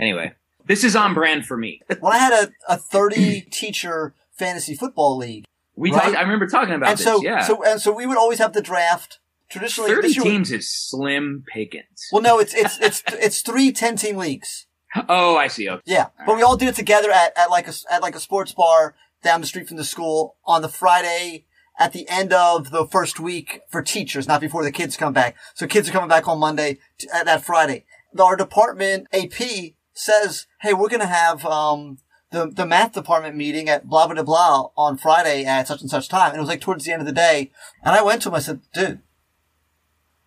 Speaker 4: anyway, this is on brand for me.
Speaker 2: (laughs) Well, I had a, a 30 teacher fantasy football league.
Speaker 4: We
Speaker 2: Right.
Speaker 4: talked, I remember talking about
Speaker 2: and
Speaker 4: this.
Speaker 2: so,
Speaker 4: yeah.
Speaker 2: so, and so we would always have the draft. Traditionally,
Speaker 4: 30
Speaker 2: this year-
Speaker 4: teams is slim pickings.
Speaker 2: Well, no, it's, it's, it's, it's three 10 team leagues.
Speaker 4: Oh, I see. Okay.
Speaker 2: Yeah. But we all did it together at, at like a, s- at like a sports bar down the street from the school on the Friday at the end of the first week for teachers, not before the kids come back. So kids are coming back on Monday to, at that Friday. Our department AP says, Hey, we're going to have, um, the, the math department meeting at blah, blah, blah, blah on Friday at such and such time. And it was like towards the end of the day. And I went to him. I said, dude,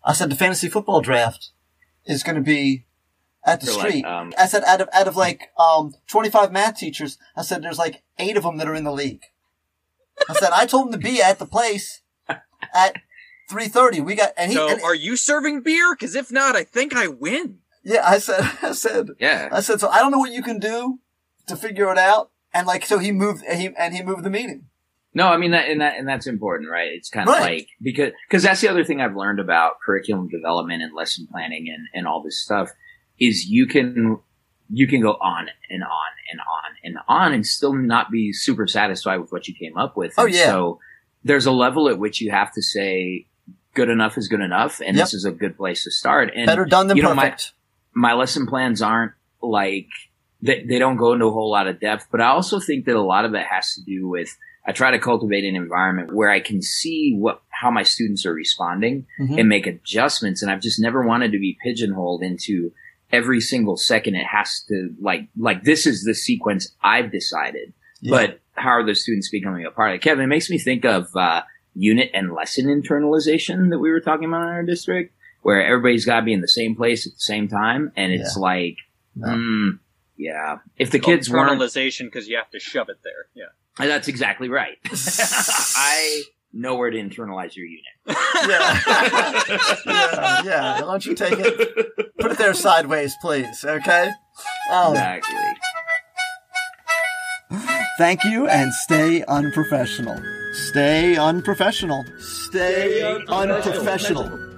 Speaker 2: I said, the fantasy football draft is going to be at the
Speaker 4: You're like,
Speaker 2: street.
Speaker 4: um,
Speaker 2: I said, out of, out of like, um, 25 math teachers, I said, there's like eight of them that are in the league. I said, I told him to be at the place at 3.30. We got, and he,
Speaker 3: So,
Speaker 2: and-
Speaker 3: are you serving beer? Because if not, I think I win.
Speaker 2: yeah, I said, (laughs) I said,
Speaker 4: Yeah.
Speaker 2: I said, so I don't know what you can do to figure it out. And like, so he moved, and he, and he moved the meeting.
Speaker 4: No, I mean that, and that, and that's important, right? It's kind of
Speaker 2: Right.
Speaker 4: like because because that's the other thing I've learned about curriculum development and lesson planning and and all this stuff is you can you can go on and on and on and on and still not be super satisfied with what you came up with.
Speaker 2: Oh,
Speaker 4: And
Speaker 2: yeah.
Speaker 4: So there's a level at which you have to say good enough is good enough,
Speaker 2: Yep.
Speaker 4: and this is a good place to start. And
Speaker 2: Better done than
Speaker 4: you know, my-
Speaker 2: perfect.
Speaker 4: my lesson plans aren't like they, they don't go into a whole lot of depth. But I also think that a lot of it has to do with I try to cultivate an environment where I can see what how my students are responding
Speaker 2: Mhm.
Speaker 4: and make adjustments. And I've just never wanted to be pigeonholed into every single second it has to like like this is the sequence I've decided.
Speaker 2: Yeah.
Speaker 4: But how are the students becoming a part of it? Kevin, it makes me think of uh, unit and lesson internalization that we were talking about in our district, where everybody's got to be in the same place at the same time, and it's like,
Speaker 2: No.
Speaker 4: hmm, yeah. If the
Speaker 3: It's called
Speaker 4: kids weren't,
Speaker 3: internalization because you have to shove it there. Yeah.
Speaker 4: that's exactly right. (laughs) I know where to internalize your unit.
Speaker 2: (laughs) yeah. yeah, yeah. Why don't you take it? Put it there sideways, please. Okay. Um,
Speaker 4: Exactly.
Speaker 2: Thank you, and stay unprofessional. Stay unprofessional. Stay, unprofessional.